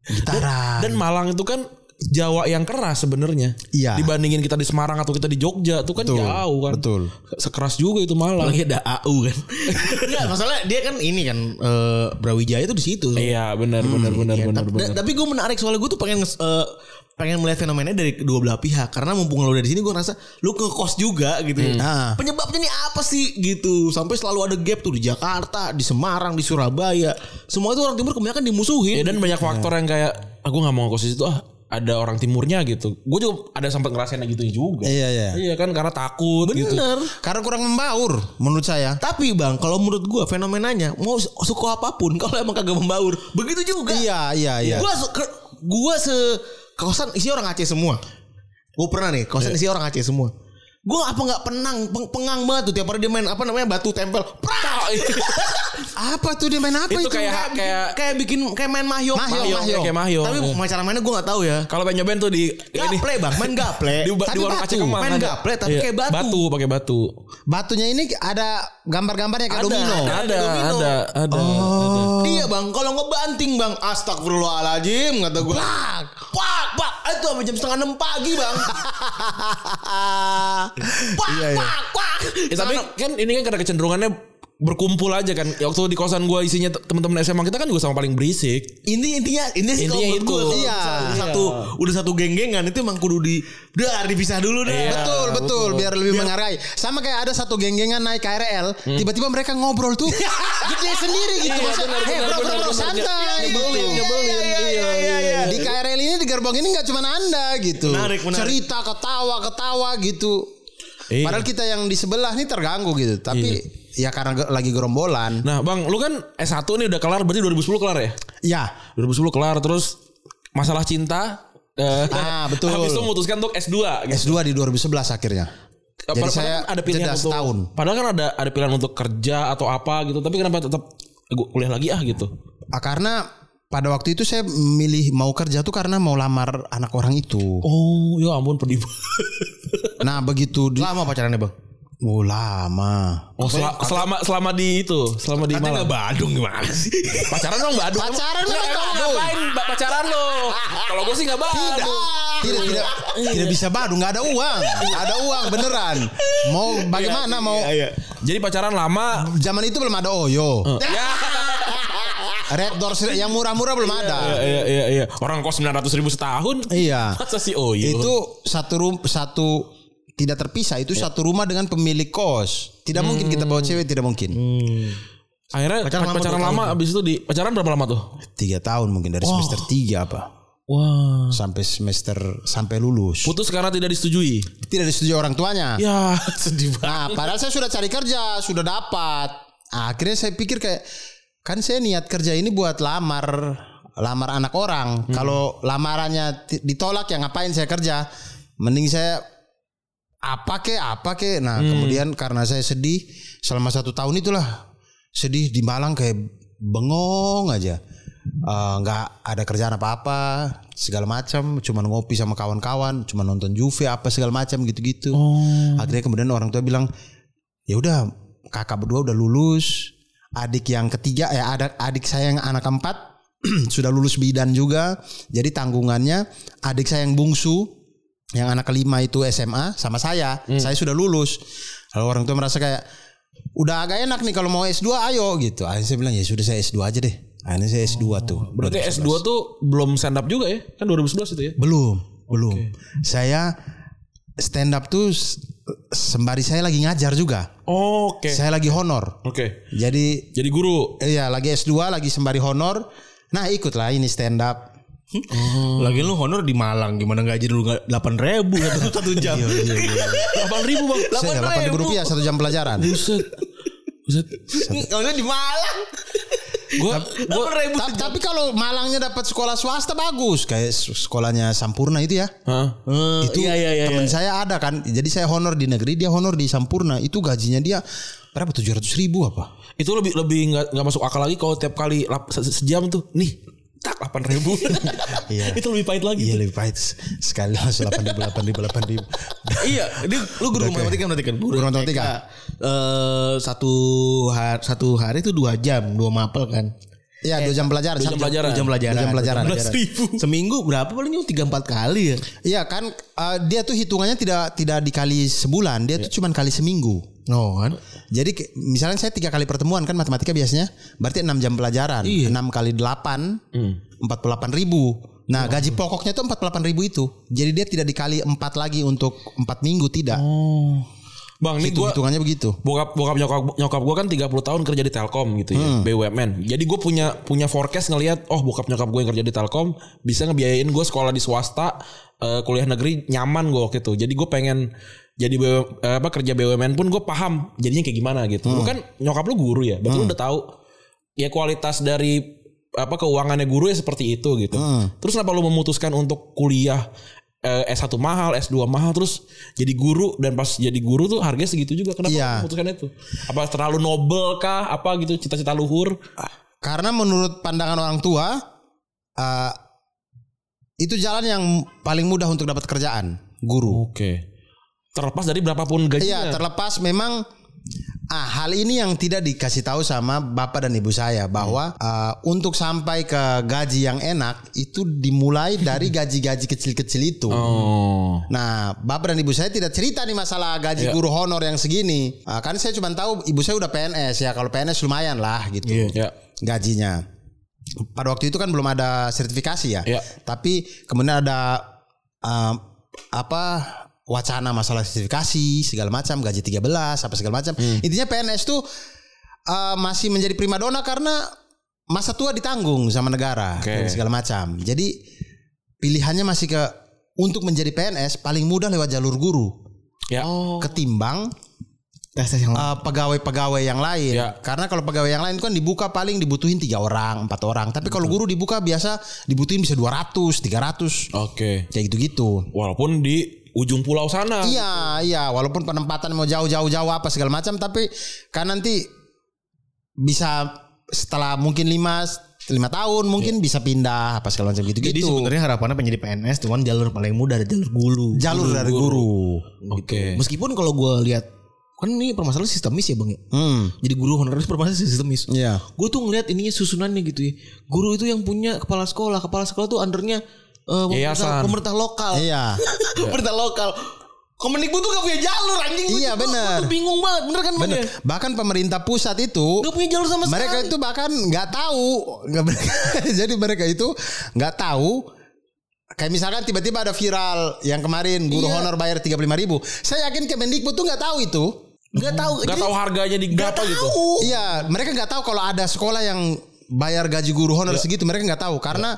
B: Gitaran.
C: Dan Malang itu kan Jawa yang keras sebenarnya.
B: Iya.
C: Dibandingin kita di Semarang atau kita di Jogja tuh kan
B: Betul,
C: jauh kan.
B: betul.
C: Sekeras juga itu Malang.
D: Lagi ada AU kan. Enggak, masalah dia kan ini kan eh, Brawijaya itu di situ.
C: Iya, benar
B: Hmm,
C: benar benar
D: Ya,
C: benar
D: tap-
C: benar.
D: da- tapi gue menarik soalnya gue tuh pengen nges- eh, pengen melihat fenomenanya dari kedua belah pihak karena mumpung lo dari sini gue ngerasa lu ngekos juga gitu
B: Ah.
D: penyebabnya nih apa sih gitu sampai selalu ada gap tuh di Jakarta di Semarang di Surabaya semua itu orang timur kebanyakan
B: Iya,
C: Ya
D: dimusuhin
C: dan banyak faktor yang kayak aku nggak mau ngekos di situ ah ada orang timurnya gitu. Gue juga ada sempat ngerasain gitu juga.
B: Iya, iya.
C: Iya kan karena takut gitu.
D: bener
B: Karena kurang membaur menurut saya.
D: tapi bang kalau menurut gue fenomenanya mau su- suku apapun kalau emang kagak membaur begitu juga
B: Iya, iya, iya.
D: Gua se ke- gua se kosan isi orang Aceh semua. Gua pernah nih
B: Iya.
D: kosan isi orang Aceh semua. Gua apa nggak penang peng- pengang banget tuh tiap hari dia main apa namanya batu tempel. Prak!
B: Apa tuh dia main apa itu?
C: Itu kayak kayak
D: kayak bikin kayak main mahjong.
B: Mahjong,
D: Mahjong,
B: mahjong.
D: kayak mahjong. Tapi mau cara mainnya gua nggak tahu ya.
C: kalau pengen nyobain tuh di Hmm. ini
D: Gaple bang, main gaple.
C: di, ba-
B: Tapi
C: di warung
B: batu.
C: Aceh Kemang
D: Main
C: ada.
D: gaple tapi
C: Iya,
D: kayak batu.
C: Batu pakai batu.
B: Batunya ini ada gambar-gambarnya kayak
D: Ada,
B: domino.
D: ada.
C: Ada
D: domino.
C: ada ada.
D: Iya bang, kalau ngebanting bang, astagfirullahaladzim kata gue. Pak, pak, pak, itu sampai jam setengah enam pagi bang. pak, pak, pak.
C: Ya, tapi kan ini kan karena kecenderungannya berkumpul aja kan. Ya, Waktu di kosan gua isinya te- teman-teman SMA kita kan juga sama paling berisik.
D: Ini intinya ini sih kalau
C: Intinya
D: menurut
C: itu.
D: gue
B: Iya.
D: udah satu udah satu geng-gengan itu emang kudu di dar dipisah dulu deh.
C: Iya,
B: betul, betul, biar lebih menghargai. Sama kayak ada satu geng-gengan naik KRL, tiba-tiba mereka ngobrol tuh. Gede sendiri gitu.
C: Hmm. Iya,
B: Masa,
C: benar,
B: "Hei,
C: benar,
B: bro, bro,
C: benar,
B: bro,
C: benar. Iya,
B: santai."
C: Nyebelin,
B: gitu.
C: nyebelin. Iya, iya, iya.
B: Di KRL ini di gerbong ini nggak cuma Anda gitu.
D: Menarik, menarik.
B: Cerita ketawa, ketawa gitu.
C: Iya.
B: Padahal kita yang di sebelah nih terganggu gitu, tapi ya karena ge- lagi gerombolan.
C: Nah, Bang, lu kan S1 nih udah kelar berarti 2010 kelar ya?
B: Ya,
C: 2010 kelar terus masalah cinta eh,
B: Ah, betul.
C: Habis itu memutuskan untuk S2 gitu.
B: S2 di 2011 akhirnya. Jadi
C: Padahal
B: saya
C: kan ada
B: jeda
C: pilihan untuk
B: setahun.
C: Padahal kan ada ada pilihan untuk kerja atau apa gitu, tapi kenapa tetap "Eh, gua kuliah lagi ah gitu.
B: Ah, karena pada waktu itu saya milih mau kerja tuh karena mau lamar anak orang itu.
C: Oh, ya ampun pedih.
B: Nah begitu di
D: Lama pacarannya bang?
B: Oh, lama.
C: Oh, sel- selama selama di itu, selama di
D: Katanya
C: Malang.
D: Badung gimana sih?
C: Pacaran dong Mbak Adung.
B: Pacaran
C: Nggak,
B: lu
C: emang
B: Badung.
C: ngapain Mbak pacaran lo? Kalau gue sih nggak Badung.
B: Tidak tidak tidak bisa badu nggak ada uang nggak ada uang beneran mau bagaimana mau
C: iya, Jadi pacaran lama.
B: zaman itu belum ada oyo
C: Ya,
B: red doors yang murah-murah belum ada
C: iya, iya, iya, iya. Orang kos 900 ribu setahun.
B: iya
C: Masa sih oh iya.
B: itu satu rum satu tidak terpisah itu satu rumah dengan pemilik kos tidak mungkin kita bawa cewek tidak mungkin
C: akhirnya
D: Pacaran
C: pacaran,
D: lama
C: pacaran
D: tuh,
C: lama, abis itu di pacaran berapa lama tuh?
B: tiga tahun mungkin dari semester tiga apa
C: Wah.
B: sampai semester sampai lulus
C: Putus karena tidak disetujui.
B: tidak disetujui orang tuanya
C: Ya, sedih banget.
B: Nah, padahal saya sudah cari kerja, sudah dapat. Nah, akhirnya saya pikir kayak kan saya niat kerja ini buat lamar lamar anak orang. Kalau lamarannya ti- ditolak ya ngapain saya kerja? Mending saya apa ke apa ke. Nah, kemudian karena saya sedih selama satu tahun itulah sedih di Malang kayak bengong aja. Eh, nggak ada kerjaan apa-apa segala macam cuman ngopi sama kawan-kawan cuman nonton Juve apa segala macam gitu-gitu akhirnya kemudian orang tua bilang ya udah kakak berdua udah lulus adik yang ketiga ya ada adik saya yang anak keempat sudah lulus bidan juga jadi tanggungannya adik saya yang bungsu yang anak kelima itu SMA sama saya
C: Hmm.
B: saya sudah lulus lalu orang tua merasa kayak udah agak enak nih kalau mau S2 ayo gitu akhirnya saya bilang ya sudah saya S2 aja deh akhirnya saya S2 tuh
C: Oh, Berarti S2 tuh belum stand up juga ya? Kan 2011 itu ya?
B: belum belum saya stand up tuh s- sembari saya lagi ngajar juga
C: Oke.
B: saya lagi honor
C: Oke.
B: jadi
C: Jadi guru.
B: iya lagi S2 lagi sembari honor nah ikutlah ini stand up
D: Lagi Hmm. lu honor di Malang gimana gaji dulu nggak delapan ribu satu Iya, satu jam.
C: 8 ribu bang.
B: saya 8.000 rupiah satu jam pelajaran
C: Buset. Buset.
D: Kalau di Malang
C: Gue
D: Gua, ribut
B: Ta- tapi kalau Malangnya dapat sekolah swasta bagus kayak s- sekolahnya Sampurna itu ya.
D: Eh,
B: itu
D: iya, iya, iya,
B: teman
D: iya.
B: saya ada kan. Jadi saya honor di negeri, dia honor di Sampurna. Itu gajinya dia berapa 700 ribu apa?
C: itu lebih lebih nggak nggak masuk akal lagi kalau tiap kali lap- se- sejam tuh nih tak delapan ribu.
B: Iya.
C: Itu lebih pahit lagi.
B: Iya
C: tuh.
B: lebih pahit sekali langsung 8 ribu 8 ribu 8 ribu.
D: iya, dia, lu guru
B: Udah,
D: matematika berarti kan?
B: Guru matematika.
D: Eh, satu hari satu hari itu dua jam, dua mapel kan?
B: Iya dua jam pelajaran.
C: dua jam
B: satu
C: pelajaran.
D: Dua jam pelajaran.
B: Dua jam pelajaran.
D: Dua jam pelajaran. Seminggu berapa paling cuma tiga empat kali ya?
B: Iya kan eh, dia tuh hitungannya tidak tidak dikali sebulan, dia tuh cuman kali seminggu.
D: No kan?
B: Jadi ke- misalnya saya tiga kali pertemuan kan matematika biasanya, berarti enam jam pelajaran, enam kali delapan, empat puluh delapan ribu. Nah gaji pokoknya tuh empat puluh delapan ribu itu, jadi dia tidak dikali empat lagi untuk empat minggu tidak.
C: Bang, ini
B: Hitung
C: gue
B: hitungannya begitu.
C: bokap bokap nyokap nyokap gue kan 30 tahun kerja di Telkom gitu ya BUMN jadi gue punya punya forecast ngelihat oh bokap nyokap gue yang kerja di Telkom bisa ngebiayain gue sekolah di swasta eh, kuliah negeri nyaman gue waktu itu jadi gue pengen jadi BUM eh, apa kerja BUMN pun gue paham jadinya kayak gimana gitu lu kan nyokap lu guru ya berarti lu udah tahu ya kualitas dari apa keuangannya guru ya seperti itu gitu terus kenapa lu memutuskan untuk kuliah eh, S1 mahal, S2 mahal terus jadi guru dan pas jadi guru tuh harganya segitu juga. Kenapa
B: Iya.
C: lu memutuskan itu? Apa terlalu nobel kah? Apa gitu cita-cita luhur?
B: Karena menurut pandangan orang tua, eh, itu jalan yang paling mudah untuk dapat kerjaan
C: Oh.
B: guru.
C: Oke. Terlepas dari berapapun
B: Iya,
C: gajinya.
B: terlepas memang ah hal ini yang tidak dikasih tahu sama bapak dan ibu saya bahwa ah, untuk sampai ke gaji yang enak itu dimulai dari gaji-gaji kecil-kecil itu.
C: Oh.
B: Nah, bapak dan ibu saya tidak cerita nih masalah gaji guru honor yang segini. Ah, kan saya cuma tahu ibu saya udah PNS ya. Kalau PNS lumayan lah gitu
C: Ya.
B: gajinya. Pada waktu itu kan belum ada sertifikasi ya.
C: Iya.
B: Tapi kemudian ada um, apa wacana masalah sertifikasi segala macam gaji 13 apa segala macam.
C: Hmm.
B: Intinya PNS tuh uh, masih menjadi primadona karena masa tua ditanggung sama negara
C: Oke.
B: dan segala macam. Jadi pilihannya masih ke untuk menjadi PNS paling mudah lewat jalur guru
C: Ya.
B: ketimbang
D: Tes tes yang
B: Uh, pegawai-pegawai yang lain.
C: Ya.
B: Karena kalau pegawai yang lain itu kan dibuka paling dibutuhin tiga orang, empat orang. Tapi kalau guru dibuka biasa dibutuhin bisa 200, 300.
C: Oke.
B: Kayak gitu-gitu.
C: Walaupun di ujung pulau sana.
B: Iya, iya, walaupun penempatan mau jauh-jauh jauh apa segala macam tapi kan nanti bisa setelah mungkin lima lima tahun mungkin bisa pindah apa segala macam gitu-gitu.
D: Jadi sebenarnya harapannya pengen jadi PNS cuman jalur paling mudah ada jalur guru.
B: jalur dari guru.
C: Oke.
D: Meskipun kalau gue lihat kan ini permasalahan sistemis ya bang ya.
B: Hmm.
D: Jadi guru honorer permasalahan sistemis.
B: Iya.
D: Gue tuh ngeliat ininya susunannya gitu ya. Guru itu yang punya kepala sekolah, kepala sekolah tuh undernya eh,
C: Yayasan.
D: pemerintah, pemerintah lokal.
B: Iya.
D: pemerintah lokal. Komunikbud tuh gak punya jalur anjing. Gua
B: Iya,
D: juga- gua
B: bener.
D: tuh bingung banget bener kan bener.
B: Bener. Bahkan pemerintah pusat itu
D: Gak punya jalur sama sekali.
B: mereka itu bahkan nggak tahu nggak mereka- jadi mereka itu nggak tahu kayak misalkan tiba-tiba ada viral yang kemarin guru
D: Iya.
B: honor bayar 35.000 ribu saya yakin Kemendikbud tuh nggak tahu itu
D: Gak tahu.
C: Gak
D: Jadi,
C: tahu harganya di
D: Gak
C: berapa gitu.
D: tahu.
B: iya mereka nggak tahu kalau ada sekolah yang bayar gaji guru honor
D: Iya.
B: segitu mereka nggak tahu karena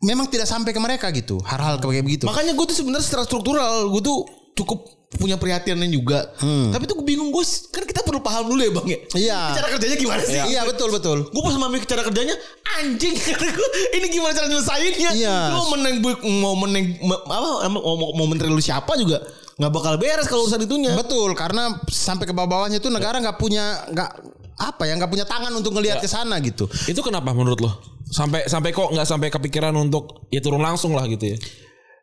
B: memang tidak sampai ke mereka gitu hal-hal kayak begitu
D: Makanya gue tuh sebenarnya secara struktural gue tuh cukup punya perhatiannya juga. Tapi tuh gue bingung gue kan kita perlu paham dulu ya bang ya.
B: Hmm. Iya.
D: Ini Cara kerjanya gimana sih?
B: iya betul betul
D: Gue pas mami cara kerjanya anjing kata gua, ini gimana cara nyelesainnya?
B: Iya.
D: Lu mau meneng mau meneng ma- apa emang mau mau menteri lu siapa juga nggak bakal beres kalau urusan itunya.
B: betul karena sampai ke bawah-bawahnya itu negara nggak punya nggak apa ya nggak punya tangan untuk
D: Iya.
B: ngelihat ke sana gitu
C: Itu kenapa menurut lo? Sampai sampai kok nggak sampai kepikiran untuk ya turun langsung lah gitu ya.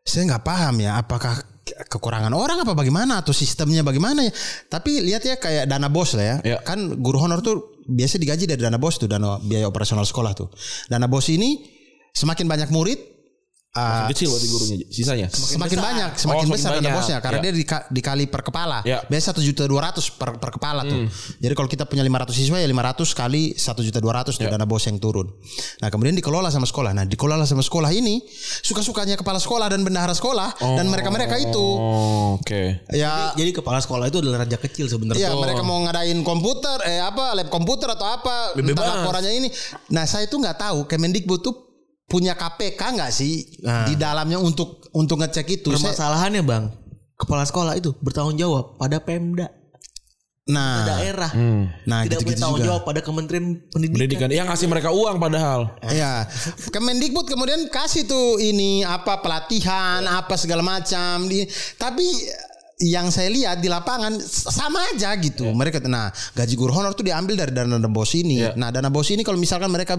B: saya nggak paham ya apakah ke- kekurangan orang apa bagaimana atau sistemnya bagaimana ya tapi lihat ya kayak dana bos lah ya
C: Ya.
B: kan guru honor tuh biasa digaji dari dana bos tuh dana biaya operasional sekolah tuh dana bos ini semakin banyak murid uh,
C: Kecil berarti gurunya sisanya.
B: semakin banyak semakin
C: Oh,
B: besar
C: semakin
B: dana
C: banyak.
B: bosnya karena
C: Ya.
B: dia dika- dikali per kepala
C: Ya. Hmm.
B: biasa satu juta dua ratus per per kepala tuh jadi kalau kita punya 500 siswa ya 500 kali satu juta dua ratus tuh
C: Ya.
B: dana bos yang turun nah kemudian dikelola sama sekolah nah dikelola sama sekolah ini suka sukanya kepala sekolah dan bendahara sekolah dan mereka mereka itu
C: Oh, Oke.
B: ya
D: Jadi kepala sekolah itu adalah raja kecil sebenarnya.
B: Iya mereka mau ngadain komputer eh apa lab komputer atau apa
C: Bebas.
B: entah laporannya ini. Nah saya itu nggak tahu Kemendikbud tuh punya KPK nggak sih
D: Nah.
B: di dalamnya untuk untuk ngecek itu. Saya-
D: Permasalahannya bang, kepala sekolah itu bertanggung jawab pada Pemda.
B: Nah,
D: daerah.
B: Nah,
D: Tidak punya
B: gitu-gitu
D: tanggung
B: juga.
D: jawab pada Kementerian Pendidikan.
C: pendidikan yang ngasih mereka uang padahal
B: ya. Kemendikbud kemudian kasih tuh ini apa pelatihan, apa segala macam. Di- Tapi yang saya lihat di lapangan s- sama aja gitu. Mereka nah, gaji guru honor tuh diambil dari dana, dana bos ini. Nah, dana bos ini kalau misalkan mereka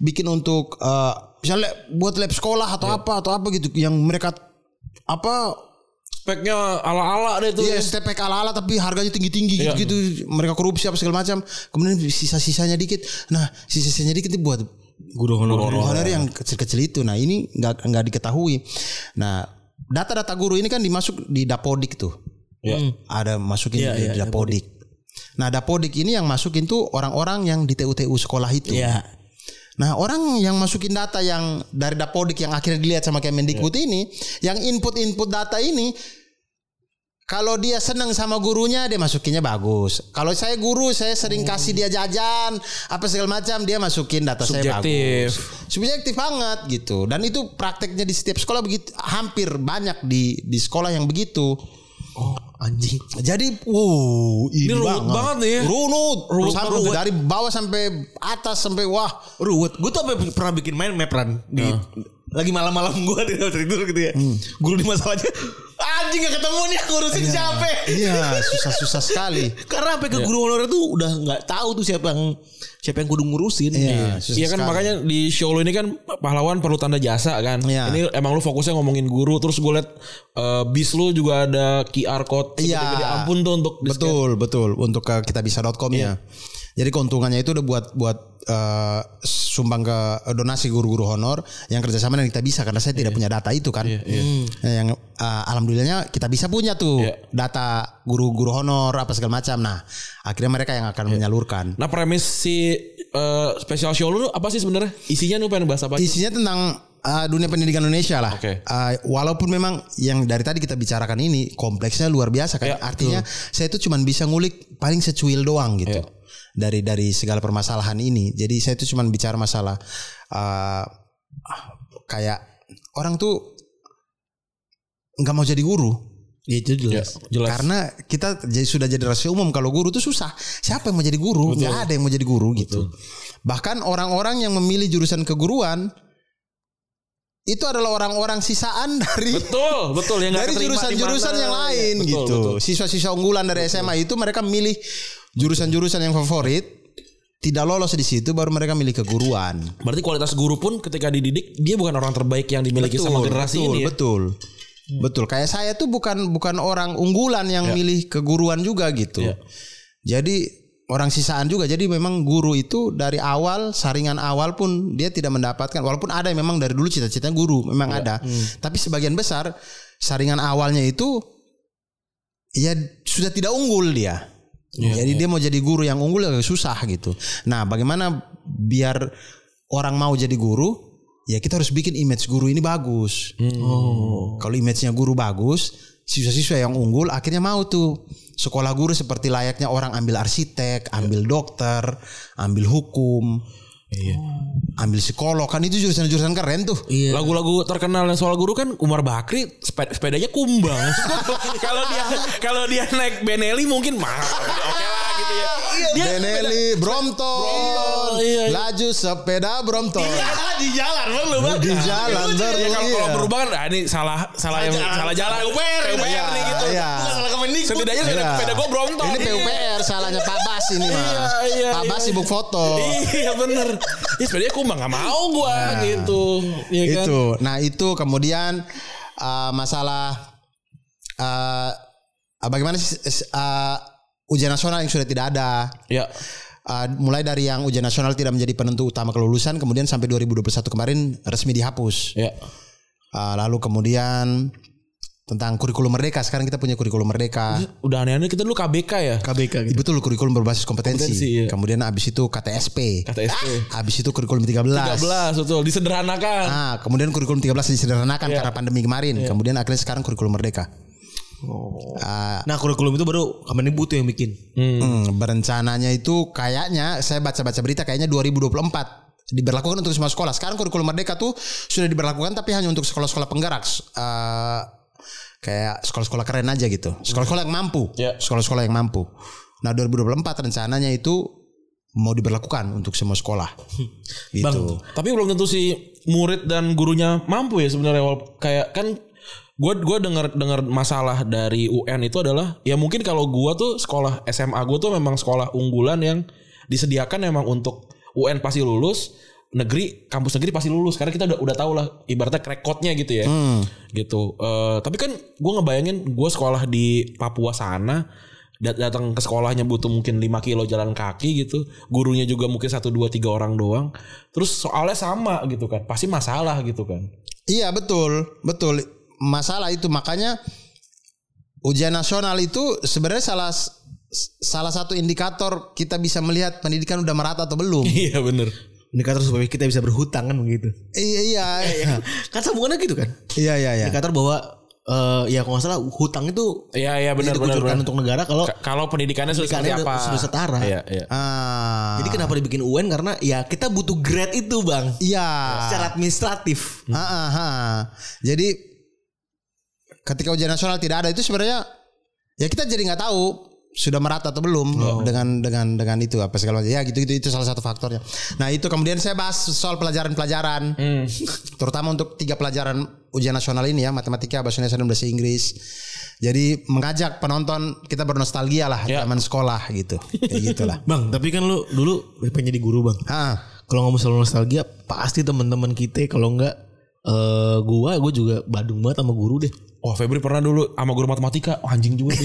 B: bikin untuk eh, misalnya buat lab sekolah atau apa atau apa gitu yang mereka apa
C: speknya ala-ala deh tuh
B: Iya, STPK ala-ala tapi harganya tinggi-tinggi gitu-gitu. Mereka korupsi apa segala macam. Kemudian sisa-sisanya dikit. Nah, sisa-sisanya dikit dibuat guru honor, iya. guru honor yang kecil-kecil itu. Nah, ini nggak nggak diketahui. Nah, data-data guru ini kan dimasuk di Dapodik tuh.
C: Iya.
B: Ada masukin
D: Iya,
B: di
D: iya,
B: Dapodik. Nah, Dapodik ini yang masukin tuh orang-orang yang di TU-TU sekolah itu.
D: Iya.
B: Nah orang yang masukin data yang dari Dapodik yang akhirnya dilihat sama Kemendikbud
D: Iya.
B: ini, yang input-input data ini, kalau dia seneng sama gurunya dia masukinnya bagus. Kalau saya guru saya
D: Hmm.
B: sering kasih dia jajan apa segala macam dia masukin data saya
C: Subjektif.
B: bagus. Subjektif banget gitu. Dan itu prakteknya di setiap sekolah begitu hampir banyak di di sekolah yang begitu.
D: Oh, anjing.
B: Jadi, wow, ini,
C: Ini runut banget
D: Iya.
C: nih ya.
B: Runut,
C: Runut
B: Sampai-
C: banget.
B: dari bawah sampai atas sampai wah,
D: Ruwet. Gue tuh apa pernah bikin main maperan di
B: Ah.
D: lagi malam-malam gue tidak tidur gitu ya.
B: Hmm.
D: Guru di masalahnya anjing gak ketemu nih ngurusin siapa.
B: iya susah-susah sekali.
D: Karena sampai ke
B: Iya.
D: guru honorer tuh udah nggak tahu tuh siapa yang siapa yang kudu ngurusin.
B: Iya, susah
C: Iya kan
B: sekali.
C: makanya di show lu ini kan pahlawan perlu tanda jasa kan.
B: Iya.
C: Ini emang lu fokusnya ngomongin guru terus gue liat eh, bis lu juga ada QR code
B: Iya.
C: segede-gede ampun tuh untuk di scan.
B: betul betul untuk ke kitabisa.com ya. Jadi keuntungannya itu udah buat buat eh, sumbang ke donasi guru-guru honor yang kerjasama dengan kita bisa karena saya tidak punya data itu kan. Hmm. Nah, Yang eh, alhamdulillahnya kita bisa punya tuh
C: Iya.
B: data guru-guru honor apa segala macam. Nah akhirnya mereka yang akan menyalurkan.
C: Nah premis si eh, special show lu apa sih sebenarnya? Isinya lu pengen bahas apa? aja?
B: Isinya tentang uh, dunia pendidikan Indonesia lah.
C: Oke.
B: Uh, walaupun memang yang dari tadi kita bicarakan ini kompleksnya luar biasa kan.
C: Ya,
B: Artinya saya itu cuman bisa ngulik paling secuil doang gitu.
C: Ya.
B: Dari dari segala permasalahan ini. Jadi saya itu cuman bicara masalah uh, ah, kayak orang tuh nggak mau jadi guru.
D: Ya, itu jelas.
C: Jelas.
B: Karena kita jadi sudah jadi rahasia umum kalau guru itu susah. Siapa yang mau jadi guru? Gak ada yang mau jadi guru gitu. Bahkan orang-orang yang memilih jurusan keguruan itu adalah orang-orang sisaan dari
C: betul, betul yang nggak
B: dari
C: keterima di
B: jurusan-jurusan
C: mana.
B: yang lain
C: Betul,
B: gitu.
C: betul.
B: Siswa-siswa unggulan dari SMA itu mereka milih jurusan-jurusan yang favorit tidak lolos di situ baru mereka milih keguruan.
C: Berarti kualitas guru pun ketika dididik dia bukan orang terbaik yang dimiliki sama generasi
B: betul,
C: ini. ya.
B: Betul. Betul. Kayak saya tuh bukan bukan orang unggulan yang milih keguruan juga gitu.
C: Ya.
B: Jadi orang sisaan juga. Jadi memang guru itu dari awal saringan awal pun dia tidak mendapatkan walaupun ada yang memang dari dulu cita-citanya guru, memang
C: Ya,
B: ada.
C: hmm.
B: Tapi sebagian besar saringan awalnya itu ya sudah tidak unggul dia.
C: Iya,
B: Jadi dia mau jadi guru yang unggul agak susah gitu. Nah, bagaimana biar orang mau jadi guru? Ya kita harus bikin image guru ini bagus.
C: Hmm.
B: Oh. Kalau image-nya guru bagus, siswa-siswa yang unggul akhirnya mau tuh sekolah guru seperti layaknya orang ambil
C: Iya.
B: arsitek, ambil dokter, ambil hukum,
C: Iya.
B: ambil psikolog kan itu jurusan-jurusan keren tuh.
D: Iya.
C: Lagu-lagu terkenal yang soal guru kan Umar Bakri sepe- sepedanya kumbang. kalau dia kalau dia naik Benelli mungkin mah oke lah gitu ya. Dia
B: Benelli, Brompton,
C: Iya, iya.
B: laju sepeda Brompton.
D: di jalan berlubang.
B: Di jalan baru,
C: Ya kalau kalau
B: iya.
C: berubah kan ah, ini salah salah yang salah jalan. Uber, Uber
B: Iya,
C: nih gitu.
B: iya.
C: Bukan salah gitu. Kemendikbud. Setidaknya sepeda,
B: Iya.
C: sepeda gue brontong.
B: Ini PUPR salahnya Pak Bas ini mah.
C: Iya, iya,
B: Pak Bas
C: iya.
B: sibuk foto.
C: Iya bener. Ini sepedanya kumbang nggak mau gue gitu. Iya
B: Nah.
C: kan?
B: itu. Nah, itu kemudian eh, masalah eh, bagaimana sih eh, ujian nasional yang sudah tidak ada.
C: Ya.
B: Eh, mulai dari yang ujian nasional tidak menjadi penentu utama kelulusan kemudian sampai 2021 kemarin resmi dihapus.
C: Ya.
B: Eh, lalu kemudian tentang kurikulum merdeka sekarang kita punya kurikulum merdeka.
C: Udah aneh-aneh kita dulu KBK ya.
D: KBK gitu.
B: Betul kurikulum berbasis kompetensi.
C: Kompetensi, iya.
B: Kemudian abis itu KTSP.
C: KTSP.
B: Ah, Abis itu kurikulum 13.
C: 13 betul disederhanakan.
B: Ah, kemudian kurikulum 13 disederhanakan
C: Iya.
B: karena pandemi kemarin. Kemudian akhirnya sekarang kurikulum merdeka. Ah,
D: Nah kurikulum itu baru Kemendikbud tuh yang bikin.
B: hmm, berencananya itu kayaknya saya baca-baca berita kayaknya 2024 diberlakukan untuk semua sekolah. Sekarang kurikulum merdeka tuh sudah diberlakukan tapi hanya untuk sekolah-sekolah penggerak. Eh, Ah, kayak sekolah-sekolah keren aja gitu. Sekolah-sekolah yang mampu.
C: Ya.
B: Sekolah-sekolah yang mampu. Nah 2024 rencananya itu mau diberlakukan untuk semua sekolah. Gitu.
C: Bang, tapi belum tentu si murid dan gurunya mampu ya sebenarnya Wal- kayak kan gua gua dengar dengar masalah dari UN itu adalah ya mungkin kalau gua tuh sekolah SMA gua tuh memang sekolah unggulan yang disediakan memang untuk UN pasti lulus negeri kampus negeri pasti lulus karena kita udah udah tahu lah ibaratnya rekodnya gitu ya gitu Eh, tapi kan gua ngebayangin gua sekolah di Papua sana Dat- datang ke sekolahnya butuh mungkin 5 kilo jalan kaki gitu gurunya juga mungkin satu dua tiga orang doang terus soalnya sama gitu kan pasti masalah gitu kan
B: Iya betul, betul. Masalah itu makanya ujian nasional itu sebenarnya salah salah satu indikator kita bisa melihat pendidikan udah merata atau belum.
C: iya bener
D: Indikator kan supaya kita bisa berhutang kan begitu.
B: iya iya.
D: kan sambungannya gitu kan.
B: Iya iya iya.
D: Indikator bahwa eh, ya kalau nggak salah hutang itu
C: iya iya bener bener,
D: dikucurkan
C: bener.
D: untuk negara kalau
C: Ka- kalau pendidikannya sudah seperti
D: Pendidikannya
C: apa
D: sudah setara.
C: iya iya
B: Ah.
D: jadi kenapa dibikin UN karena ya kita butuh grade itu bang
B: Iya.
C: Ah.
D: secara administratif.
B: Ah, ah, ah. Jadi ketika ujian nasional tidak ada itu sebenarnya ya kita jadi nggak tahu sudah merata atau belum dengan dengan dengan itu apa segala macam. Ya gitu gitu itu salah satu faktornya. Nah itu kemudian saya bahas soal pelajaran-pelajaran,
D: Hmm.
B: terutama untuk tiga pelajaran ujian nasional ini ya matematika, bahasa Indonesia dan bahasa Inggris. Jadi mengajak penonton kita bernostalgia lah
C: Ya.
B: zaman sekolah gitu, kayak gitulah.
D: Bang, tapi kan lu dulu pengen jadi guru bang.
B: Ah,
D: Kalau ngomong soal nostalgia, pasti teman-teman kita kalau nggak eh gua, gua juga badung banget sama guru deh.
C: oh Febri pernah dulu sama guru matematika oh, anjing juga sih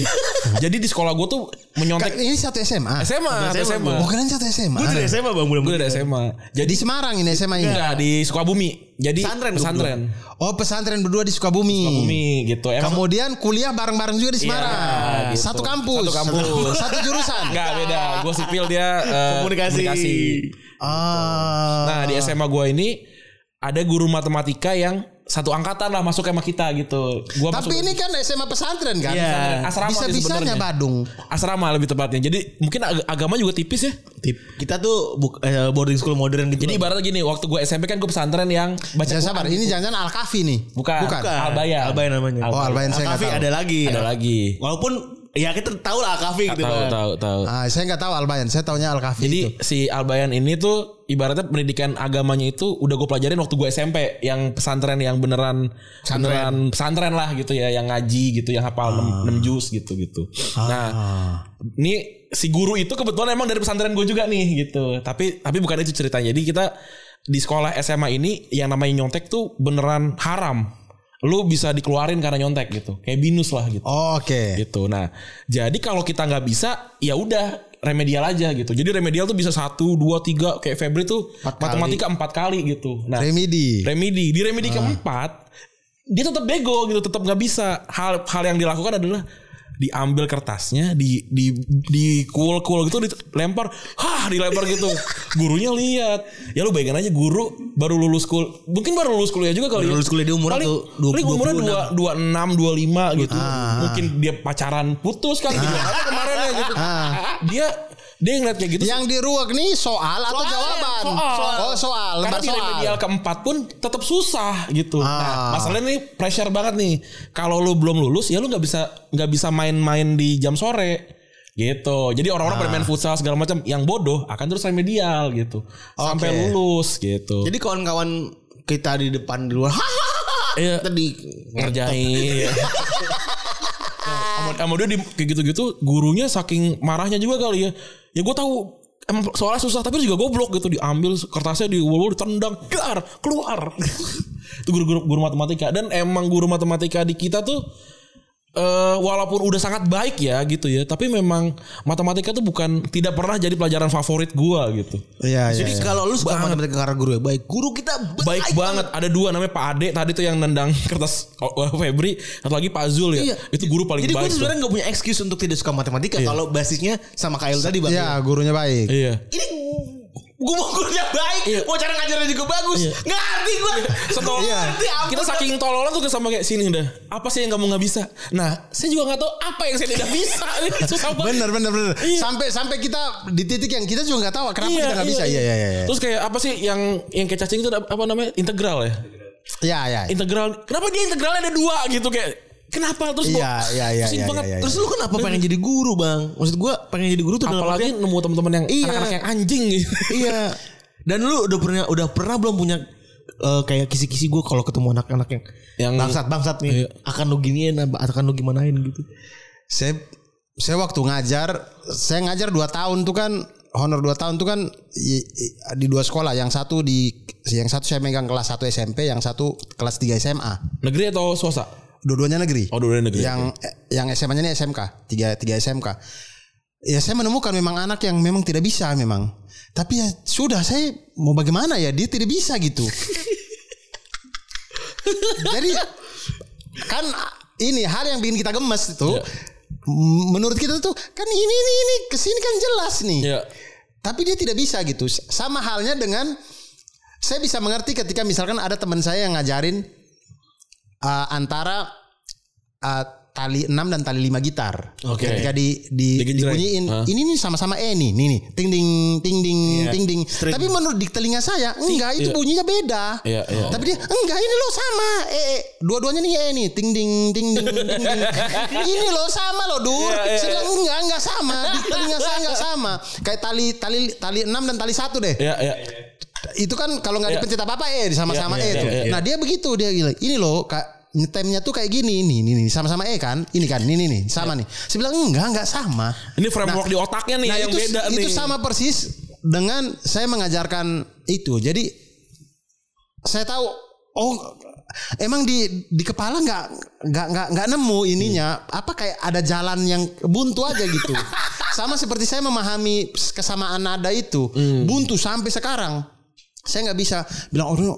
C: jadi di sekolah gua tuh
B: Kan
C: menyontek
B: ini satu SMA.
C: SMA
D: SMA,
C: SMA
B: Oh kalian satu SMA.
C: ya,
D: SMA bang,
C: gue
D: belum
C: dari SMA
B: Di
C: jadi
B: Semarang ini SMA ini.
C: enggak di Sukabumi jadi
D: Pesantren gua Hmm.
C: pesantren
B: Oh pesantren berdua di Sukabumi.
C: Sukabumi gitu emang
B: Kemudian kuliah bareng-bareng juga di Semarang.
C: Iya, gitu.
B: Satu kampus.
C: Satu kampus.
B: Satu jurusan.
C: Enggak beda, gue sipil dia eh,
D: Komunikasi.
B: Ah.
C: Nah di SMA gue ini ada guru matematika yang satu angkatan lah masuk sama kita gitu. Gua
B: Tapi
C: masuk
B: ini kan SMA pesantren kan?
C: Iya. Asrama sih
B: Bisa-bisanya
C: sebenarnya.
B: Badung.
C: asrama lebih tepatnya. Jadi mungkin ag- agama juga tipis ya.
D: Kita tuh buk- eh, boarding school modern gitu.
C: Jadi
D: Bang.
C: ibaratnya gini, waktu gue SMP kan gue pesantren yang baca
B: Jangan sabar.
C: Quran.
B: Ini jangan-jangan Al-Kafi nih.
C: bukan,
B: Bukan.
C: Albayan.
D: Albayan namanya.
B: Oh, Albayan saya nggak
D: Alkafi
B: tahu.
D: ada lagi.
C: Ada lagi.
D: Walaupun ya kita tahu lah Alkafi gitu.
C: Tahu
D: Bang.
C: tahu tahu.
B: Ah, saya nggak tahu Albayan. Saya taunya Al-Kafi
C: Jadi
B: itu.
C: si Albayan ini tuh ibaratnya pendidikan agamanya itu udah gue pelajarin waktu gue SMP yang pesantren yang beneran beneran pesantren lah gitu ya yang ngaji gitu yang hafal 6, juz gitu gitu. Nah, ini si guru itu kebetulan emang dari pesantren gue juga nih gitu. Tapi tapi bukan itu ceritanya. Jadi kita di sekolah SMA ini yang namanya nyontek tuh beneran haram. Lu bisa dikeluarin karena nyontek gitu. Kayak binus lah gitu
B: Oh, Oke.
C: gitu. Nah, jadi kalau kita nggak bisa, ya udah remedial aja gitu. Jadi remedial tuh bisa satu, dua, tiga, kayak Febri tuh matematika empat kali gitu. Nah,
B: Remedi.
C: remedi di
D: Ah.
C: remedi keempat dia tetap bego gitu, tetap nggak bisa. Hal hal yang dilakukan adalah diambil kertasnya di di di cool cool gitu dilempar hah dilempar gitu gurunya lihat ya lu bayangin aja guru baru lulus kul mungkin baru lulus kuliah juga kali ya.
D: Baru lulus kuliah, dia umurnya
C: Paling-
D: tuh dua- Ah.
C: paling umurnya
D: 26.
C: dua dua enam dua lima gitu mungkin dia pacaran putus kali
D: Ah.
C: gitu Karena kemarin ya gitu dia dia ngeliat kayak gitu
B: Yang di ruang nih soal atau
C: Soal,
B: jawaban?
C: soal.
B: Oh soal.
C: karena
B: Lembar
C: di
B: soal.
C: remedial keempat pun tetap susah gitu nah
B: Ah.
C: masalahnya nih pressure banget nih kalau lu belum lulus ya lu nggak bisa nggak bisa main-main di jam sore gitu jadi
B: Ah.
C: orang-orang pada main futsal segala macam yang bodoh akan terus remedial gitu sampai
B: Oke.
C: lulus gitu
D: Jadi kawan-kawan kita di depan di luar.
B: Ah,
C: Iya.
D: Tadi
C: ngerjain sama sama dia di, kayak gitu-gitu gurunya saking marahnya juga kali ya ya gue tahu emang soalnya susah tapi juga goblok gitu diambil kertasnya di ditendang dar keluar itu guru-guru guru matematika dan emang guru matematika di kita tuh eh walaupun udah sangat baik ya gitu ya tapi memang matematika tuh bukan tidak pernah jadi pelajaran favorit gua gitu
B: Iya iya.
D: Jadi
B: iya.
D: kalau lu suka matematika karena guru ya baik. Guru kita
C: baik banget. Ada dua namanya Pak Ade tadi tuh yang nendang kertas oh, Febri, satu lagi Pak Zul ya.
D: Iya.
C: Itu guru paling
D: Jadi gue
C: baik.
D: tuh
C: tuh.
D: sebenarnya nggak punya excuse untuk tidak suka matematika kalau basisnya sama Kail tadi bang.
B: Iya gurunya baik.
C: Iya.
D: Ini gue mau gurunya baik, mau cara ngajarnya juga bagus. Ngerti gue.
C: Setol-
D: Nggak ngerti, ampun.
C: Iya. Kita saking tololan tuh sama kayak sini udah. Apa sih yang kamu nggak bisa? Nah, saya juga nggak tahu apa yang saya tidak bisa. Ini Susah banget.
B: Bener bener bener.
C: Iya.
B: Sampai sampai kita di titik yang kita juga nggak tahu kenapa
C: Iya,
B: kita nggak
C: iya,
B: bisa. Iya iya iya.
C: Terus kayak apa sih yang yang kayak cacing itu apa namanya? Integral ya.
B: Iya iya.
C: Integral. Kenapa dia integralnya ada dua gitu kayak Kenapa terus
B: Iya, iya, iya,
C: pusing
B: iya,
C: banget.
B: iya, iya.
C: Terus kan
D: Terus lu kenapa pengen jadi guru bang? Maksud gue pengen jadi guru tuh dalam
C: apalagi
D: artian-
C: nemu teman-teman yang
D: Iya.
C: anak-anak yang anjing gitu.
D: iya. Dan lu udah pernah udah pernah belum punya eh, kayak kisi-kisi gue kalau ketemu anak-anak yang,
C: Yang-
D: bangsat-bangsat nih akan lu giniin apa- akan lu gimanain gitu.
B: saya saya waktu ngajar saya ngajar 2 tahun tuh kan honor 2 tahun tuh kan i- i- di dua sekolah yang satu di yang satu saya megang kelas 1 SMP yang satu kelas 3 SMA
C: Negeri atau swasta?
B: dua-duanya negeri
C: Oh, dua-duanya negeri.
B: yang eh, yang SMA-nya ini SMK tiga tiga SMK ya saya menemukan memang anak yang memang tidak bisa memang tapi ya sudah saya mau bagaimana ya dia tidak bisa gitu jadi kan ini hal yang bikin kita gemes itu
C: Iya.
B: m- menurut kita tuh kan ini ini ini kesini kan jelas nih
C: Iya.
B: tapi dia tidak bisa gitu. S- Sama halnya dengan saya bisa mengerti ketika misalkan ada teman saya yang ngajarin uh, antara uh, tali 6 dan tali 5 gitar.
C: Oke.
B: Ketika di di
C: Digenjreng.
B: dibunyiin
C: Hah?
B: ini nih sama-sama E nih, nih nih ting ding ting ding ting ding. Tapi menurut di telinga saya enggak itu
C: Iya.
B: bunyinya beda.
C: Iya, iya.
B: Tapi dia enggak ini loh sama E, E. dua-duanya nih E nih ting ding ting ding ting ding. ini loh sama loh Dur.
C: Iya, iya,
B: Saya
C: iya.
B: bilang, enggak enggak sama di telinga saya enggak sama kayak tali tali tali 6 dan tali satu deh
C: Iya, iya.
B: itu kan kalau nggak
C: Iya.
B: dipencet apa apa eh sama-sama
C: Iya, iya,
B: eh tuh
C: iya, iya.
B: nah dia begitu dia gila ini loh kak nyetemnya tuh kayak gini nih nih, nih sama-sama eh kan ini kan ini nih, nih sama
C: Iya.
B: nih saya bilang enggak enggak sama
C: Ini framework di otaknya nih
B: nah
C: yang
B: itu
C: beda nih.
B: itu sama persis dengan saya mengajarkan itu jadi saya tahu oh emang di di kepala nggak nggak nggak nggak nemu ininya
C: Hmm.
B: apa kayak ada jalan yang buntu aja gitu sama seperti saya memahami kesamaan nada itu
C: Hmm.
B: buntu sampai sekarang saya nggak bisa bilang oh Rino,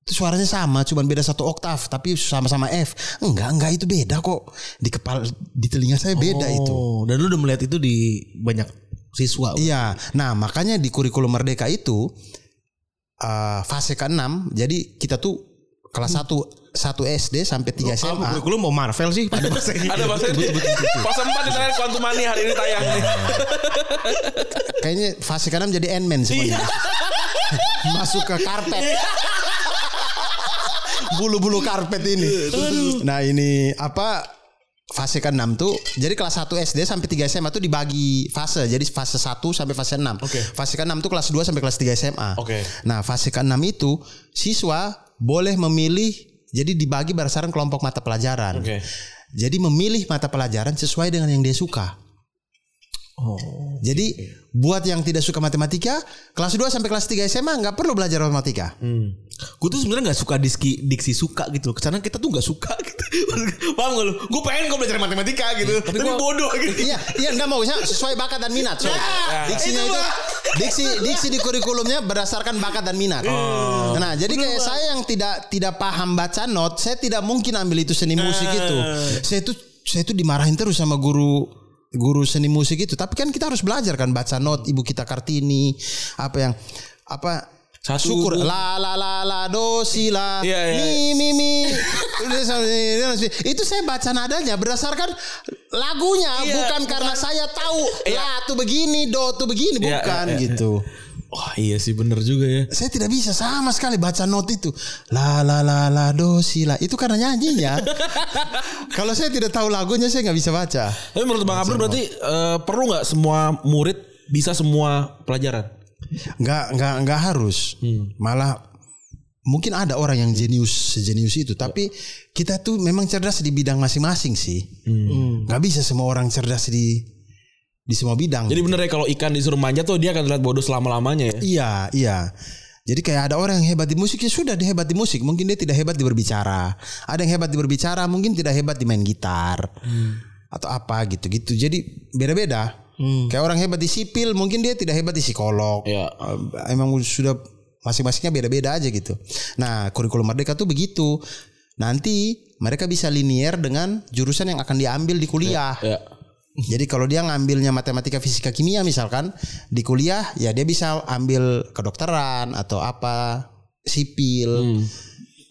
B: itu suaranya sama cuman beda satu oktav tapi sama-sama F enggak enggak itu beda kok di kepala di telinga saya beda itu
D: Oh, Dan lu udah melihat itu di banyak siswa.
C: Oh,
B: Iya.
C: gitu.
B: Nah, makanya di kurikulum merdeka itu eh, fase ke-6. Jadi kita tuh kelas
C: Hmm.
B: 1 1 SD sampai 3
D: Apa
B: SMA.
D: kurikulum mau Marvel sih pada masa ini.
C: Ada bahasa ini. Pas empat di terakhir Quantum Mania hari ini tayang nih.
B: Nah, Kayaknya fase ke-6 jadi Ant-Man
C: Iya.
B: semuanya. Masuk ke karpet. Bulu-bulu karpet ini.
C: Iya,
B: Nah, ini apa fase ke-6 tuh jadi kelas 1 SD sampai 3 SMA tuh dibagi fase. Jadi fase 1 sampai fase 6.
C: Oke.
B: Fase ke-6 tuh kelas 2 sampai kelas 3 SMA.
C: Oke.
B: Nah, fase ke-6 itu siswa boleh memilih jadi dibagi berdasarkan kelompok mata pelajaran.
C: Oke.
B: Jadi memilih mata pelajaran sesuai dengan yang dia suka. Oh. Jadi buat yang tidak suka matematika, kelas 2 sampai kelas 3 SMA nggak perlu belajar matematika.
D: Gue tuh sebenarnya nggak suka diski, diksi suka gitu. Karena kita tuh nggak suka gitu. Paham gak lu? Gue pengen gue belajar matematika gitu. Tapi,
C: gua-
D: bodoh gitu.
B: iya, iya enggak mau saya sesuai bakat dan minat.
C: Ya,
B: Sob.
D: Nah,
B: Diksinya
D: itu
B: itu,
D: mah.
B: diksi diksi di kurikulumnya berdasarkan bakat dan minat.
C: Oh.
B: Nah, jadi kayak saya yang tidak tidak paham baca not, saya tidak mungkin ambil itu seni musik itu.
C: Eh.
B: Saya itu saya itu dimarahin terus sama guru guru seni musik itu. Tapi kan kita harus belajar kan baca not Ibu kita Kartini, apa yang apa
C: Satu
B: syukur
C: Bu.
B: la la la la do si la
C: Iya, iya.
B: mi mi mi Udah, sama- itu saya baca nadanya berdasarkan lagunya
C: Iya,
B: bukan karena saya tahu la tuh begini do tuh begini
C: Iya,
B: bukan
C: iya, iya.
B: gitu
C: Wah iya sih bener juga ya.
B: saya tidak bisa sama sekali baca not itu la la la la do si la itu karena nyanyinya kalau saya tidak tahu lagunya saya nggak bisa baca
C: Tapi menurut Bang Abdul berarti eh, perlu nggak semua murid bisa semua pelajaran?
B: nggak nggak nggak harus
C: Hmm.
B: malah mungkin ada orang yang jenius sejenius itu tapi kita tuh memang cerdas di bidang masing-masing sih
C: Hmm.
B: nggak bisa semua orang cerdas di di semua bidang
C: Jadi bener ya kalau ikan disuruh manja tuh dia akan terlihat bodoh selama lamanya ya.
B: Iya, iya. Jadi kayak ada orang yang hebat di musik ya sudah dia hebat di musik, mungkin dia tidak hebat di berbicara. Ada yang hebat di berbicara, mungkin tidak hebat di main gitar.
C: Hmm.
B: Atau apa gitu-gitu. Jadi beda-beda. Kayak orang hebat di sipil, mungkin dia tidak hebat di psikolog.
C: Iya.
B: Eh, Emang sudah masing-masingnya beda-beda aja gitu. Nah, kurikulum merdeka tuh begitu. Nanti mereka bisa linier dengan jurusan yang akan diambil di kuliah.
C: Ya.
B: Jadi kalau dia ngambilnya matematika, fisika, kimia misalkan di kuliah ya dia bisa ambil kedokteran atau apa
C: Hmm.
B: sipil.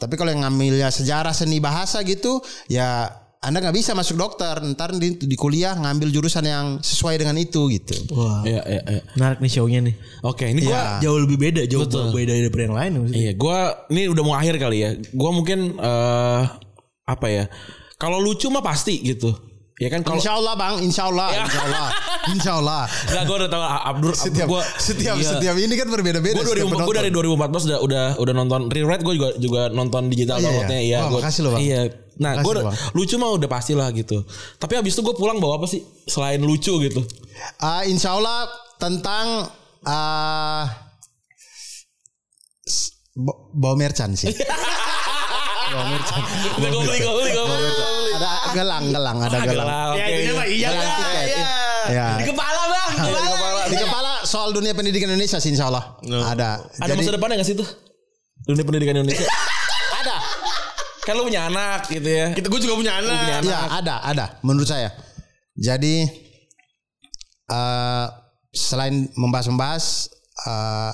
B: Tapi kalau yang ngambilnya sejarah, seni, bahasa gitu ya anda nggak bisa masuk dokter. Ntar di, di kuliah ngambil jurusan yang sesuai dengan itu gitu.
D: Wah,
C: Iya iya iya.
D: menarik nih show-nya nih.
C: Oke, ini gua
B: Iya.
D: Jauh lebih beda, jauh beda daripada yang lain. maksudnya.
C: Iya, gua ini udah mau akhir kali ya. Gua mungkin eh apa ya? Kalau lucu mah pasti gitu. Ya kan kalau Ya.
B: Insya Allah bang, Insya Allah, Insya Allah, Insya Allah.
C: Enggak gue udah tahu Abdur, Abdur
B: Setiap
C: gua,
B: setiap
C: Iya.
B: setiap ini kan berbeda-beda.
C: Gue
B: setiap
C: 2000 gua
B: penonton.
C: dari 2014 udah udah udah nonton rewrite gue juga juga nonton
B: Iya,
C: digital
B: iya.
C: downloadnya iya.
B: Wah,
C: gua-
B: makasih loh, Bang.
C: Iya. Nah,
B: Makasih
C: gue
B: loh, Bang.
C: lucu mah udah pastilah gitu. Tapi abis itu gue pulang bawa apa sih selain lucu gitu?
B: Ah, insya Allah tentang ah, s- bo- bau mercan sih.
C: Iya. Gue beli, gue beli, gue beli.
B: ada gelang, gelang, ada
C: Ah,
B: gelang.
C: gelang. Oke,
D: itu mah iya
B: Jalan
D: Bang.
B: tiket.
D: Iya.
B: Iya.
D: Di kepala bang. Di kepala.
B: Di kepala soal dunia pendidikan Indonesia sih insya Allah ada.
C: Ada masa depannya gak sih tuh? Dunia pendidikan Indonesia. ada. Kan lu punya anak gitu ya.
D: Kita gue juga punya anak.
C: punya anak.
B: Iya ada ada menurut saya. Jadi eh selain membahas-membahas eh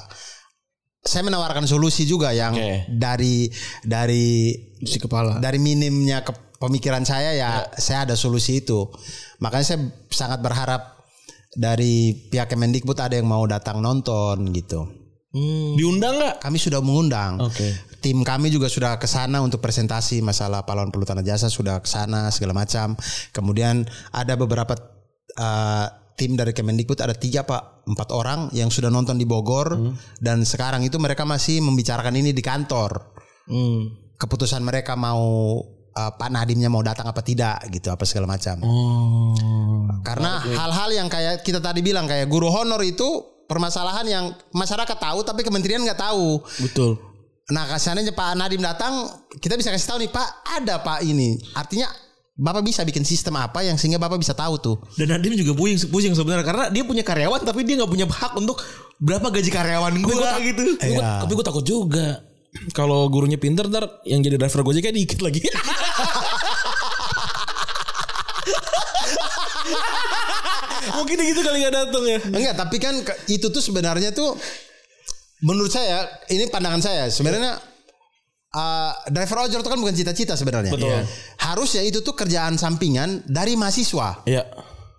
B: saya menawarkan solusi juga yang
C: Oke.
B: dari dari
D: Si kepala.
B: dari minimnya ke pemikiran saya ya saya ada solusi itu. Makanya saya sangat berharap dari pihak Kemendikbud ada yang mau datang nonton gitu.
D: Hmm,
C: Diundang gak?
B: Kami sudah mengundang.
C: Oke.
B: Tim kami juga sudah ke sana untuk presentasi masalah pahlawan Perhutanan jasa sudah ke sana segala macam. Kemudian ada beberapa eh, tim dari Kemendikbud ada tiga pak empat orang yang sudah nonton di Bogor dan sekarang itu mereka masih membicarakan ini di kantor.
D: hmm.
B: Keputusan mereka mau eh, Pak Nadimnya mau datang apa tidak gitu apa segala macam. Karena hal-hal yang kayak kita tadi bilang kayak guru honor itu permasalahan yang masyarakat tahu tapi kementerian nggak tahu.
D: Betul.
B: Nah, kasihannya Pak Nadiem datang, kita bisa kasih tahu nih Pak, ada Pak ini. Artinya Bapak bisa bikin sistem apa yang sehingga Bapak bisa tahu tuh.
D: Dan Nadiem juga pusing pusing sebenarnya karena dia punya karyawan tapi dia nggak punya hak untuk berapa gaji karyawan gue gitu.
C: Tapi
B: Iya.
C: gua- Tapi gue takut juga. Kalau gurunya pinter ntar yang jadi driver gojeknya dikit lagi. Mungkin gitu kali gak datang ya.
B: Enggak, tapi kan ke- itu tuh sebenarnya tuh menurut saya ini pandangan saya sebenarnya eh, driver ojol itu kan bukan cita-cita sebenarnya.
C: Betul.
B: Iya. Harusnya itu tuh kerjaan sampingan dari mahasiswa.
C: Iya.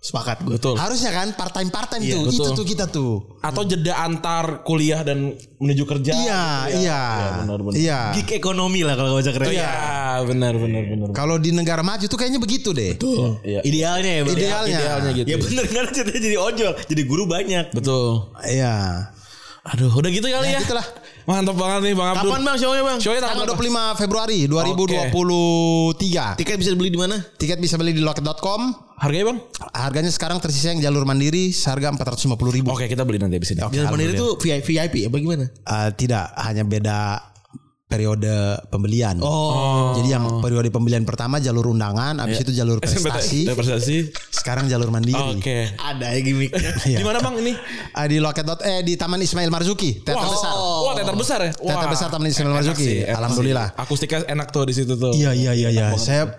D: Sepakat gue.
C: Betul. Iya,
B: Harusnya kan part time part time tuh.
C: betul.
B: Itu tuh kita tuh.
C: Atau jeda antar kuliah dan menuju kerja.
B: Iya, iya.
C: Iya, benar, benar.
B: Iya.
D: Gig ekonomi lah kalau bahasa keren.
C: Iya, benar benar benar.
B: Kalau di negara maju tuh kayaknya begitu deh.
D: Betul.
C: Iya.
D: Idealnya ya. Bang.
B: Idealnya.
C: Idealnya gitu.
D: Ya bener kan ceritanya jadi ojol, jadi guru banyak.
C: Betul.
B: Iya.
C: Aduh, udah gitu kali
B: Ya,
C: ya.
B: gitulah.
C: Mantap banget nih Bang Abdul.
D: Kapan bang shownya bang?
C: Shownya
B: Tanggal 25
C: tanggal
B: Februari 2023.
D: Tiket bisa dibeli di mana?
B: Tiket bisa beli di loket.com.
C: Harganya Bang?
B: Harganya sekarang tersisa yang jalur mandiri seharga 450 ribu.
C: Oke, kita beli nanti abis ini.
D: Jalan Mandiri itu VIP, VIP apa gimana?
B: Eh, tidak, hanya beda periode pembelian. Oh. Jadi yang periode pembelian pertama jalur undangan, habis itu jalur prestasi,
C: Udah Iya. Prestasi. Oh,
B: sekarang jalur mandiri.
C: Oke.
D: Ada ya gimmicknya.
B: Iya.
C: Di mana Bang ini?
B: Ah, di loket. dot- eh di Taman Ismail Marzuki, teater besar.
C: Wah, teater besar ya? Wah.
B: Teater besar Taman Ismail Marzuki.
C: sih, enak
B: Alhamdulillah.
C: sih. Akustiknya enak tuh di situ tuh.
B: Iya iya iya iya. Saya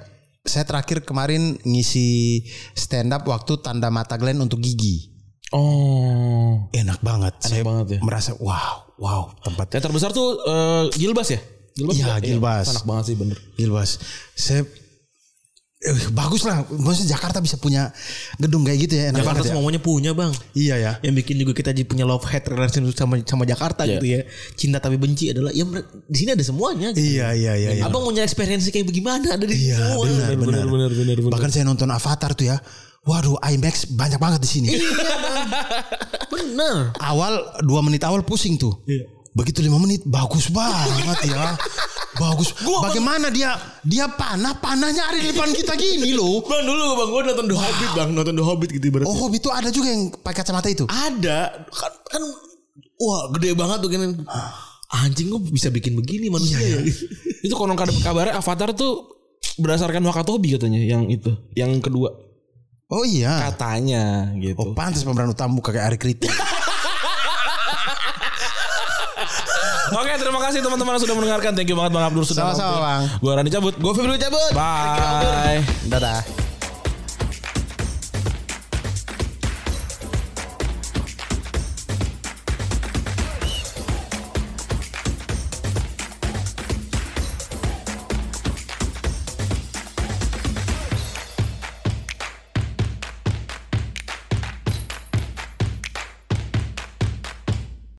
B: saya terakhir kemarin ngisi stand up waktu tanda mata Glenn untuk gigi.
C: Oh.
B: Enak banget. saya
C: banget ya.
B: merasa wow, wow tempat
C: Teater besar tuh eh, Gilbas ya? Gilbas.
B: Iya,
C: juga?
B: Gilbas.
C: Enak banget sih bener.
B: Gilbas. Saya eh, bagus lah. Maksudnya Jakarta bisa punya gedung kayak gitu ya. Enak
D: Jakarta
B: banget ya.
D: semuanya punya bang.
B: Iya ya.
D: Yang bikin juga kita jadi punya love hate relationship sama sama Jakarta
C: Iya.
D: gitu ya. Cinta tapi benci adalah ya mer- di sini ada semuanya. Gitu.
B: Iya iya iya. iya.
D: Abang mau nyari experience kayak bagaimana ada di
B: Iya benar
D: semua.
C: benar,
B: benar.
C: benar, benar, benar.
B: Bahkan saya nonton Avatar tuh ya. Waduh IMAX banyak banget di sini.
C: Iya.
D: Bener.
B: awal dua menit awal pusing tuh.
C: Iya.
B: Begitu lima menit bagus banget ya. Bagus. Bagaimana dia dia panah panahnya ada di depan kita gini loh.
D: Bang dulu bang gue nonton The Hobbit bang nonton The Hobbit gitu ibaratnya.
B: Oh itu ada juga yang pakai kacamata itu.
C: Ah.
D: Ada kan kan wah gede banget tuh kan. Anjing gue bisa bikin begini manusia ya.
C: Itu konon kada- kabarnya Avatar tuh berdasarkan Wakatobi katanya yang itu, yang kedua.
B: Oh iya.
C: Katanya
B: Oh
C: gitu.
B: pantas pemeran utama buka kayak Ari Kritik.
C: Oke, terima kasih teman-teman yang sudah mendengarkan. Thank you banget Bang Abdul sudah
B: Sama-sama,
C: mampir.
B: Bang.
C: Gua Rani cabut. Gua Febri cabut. Bye.
B: Dadah.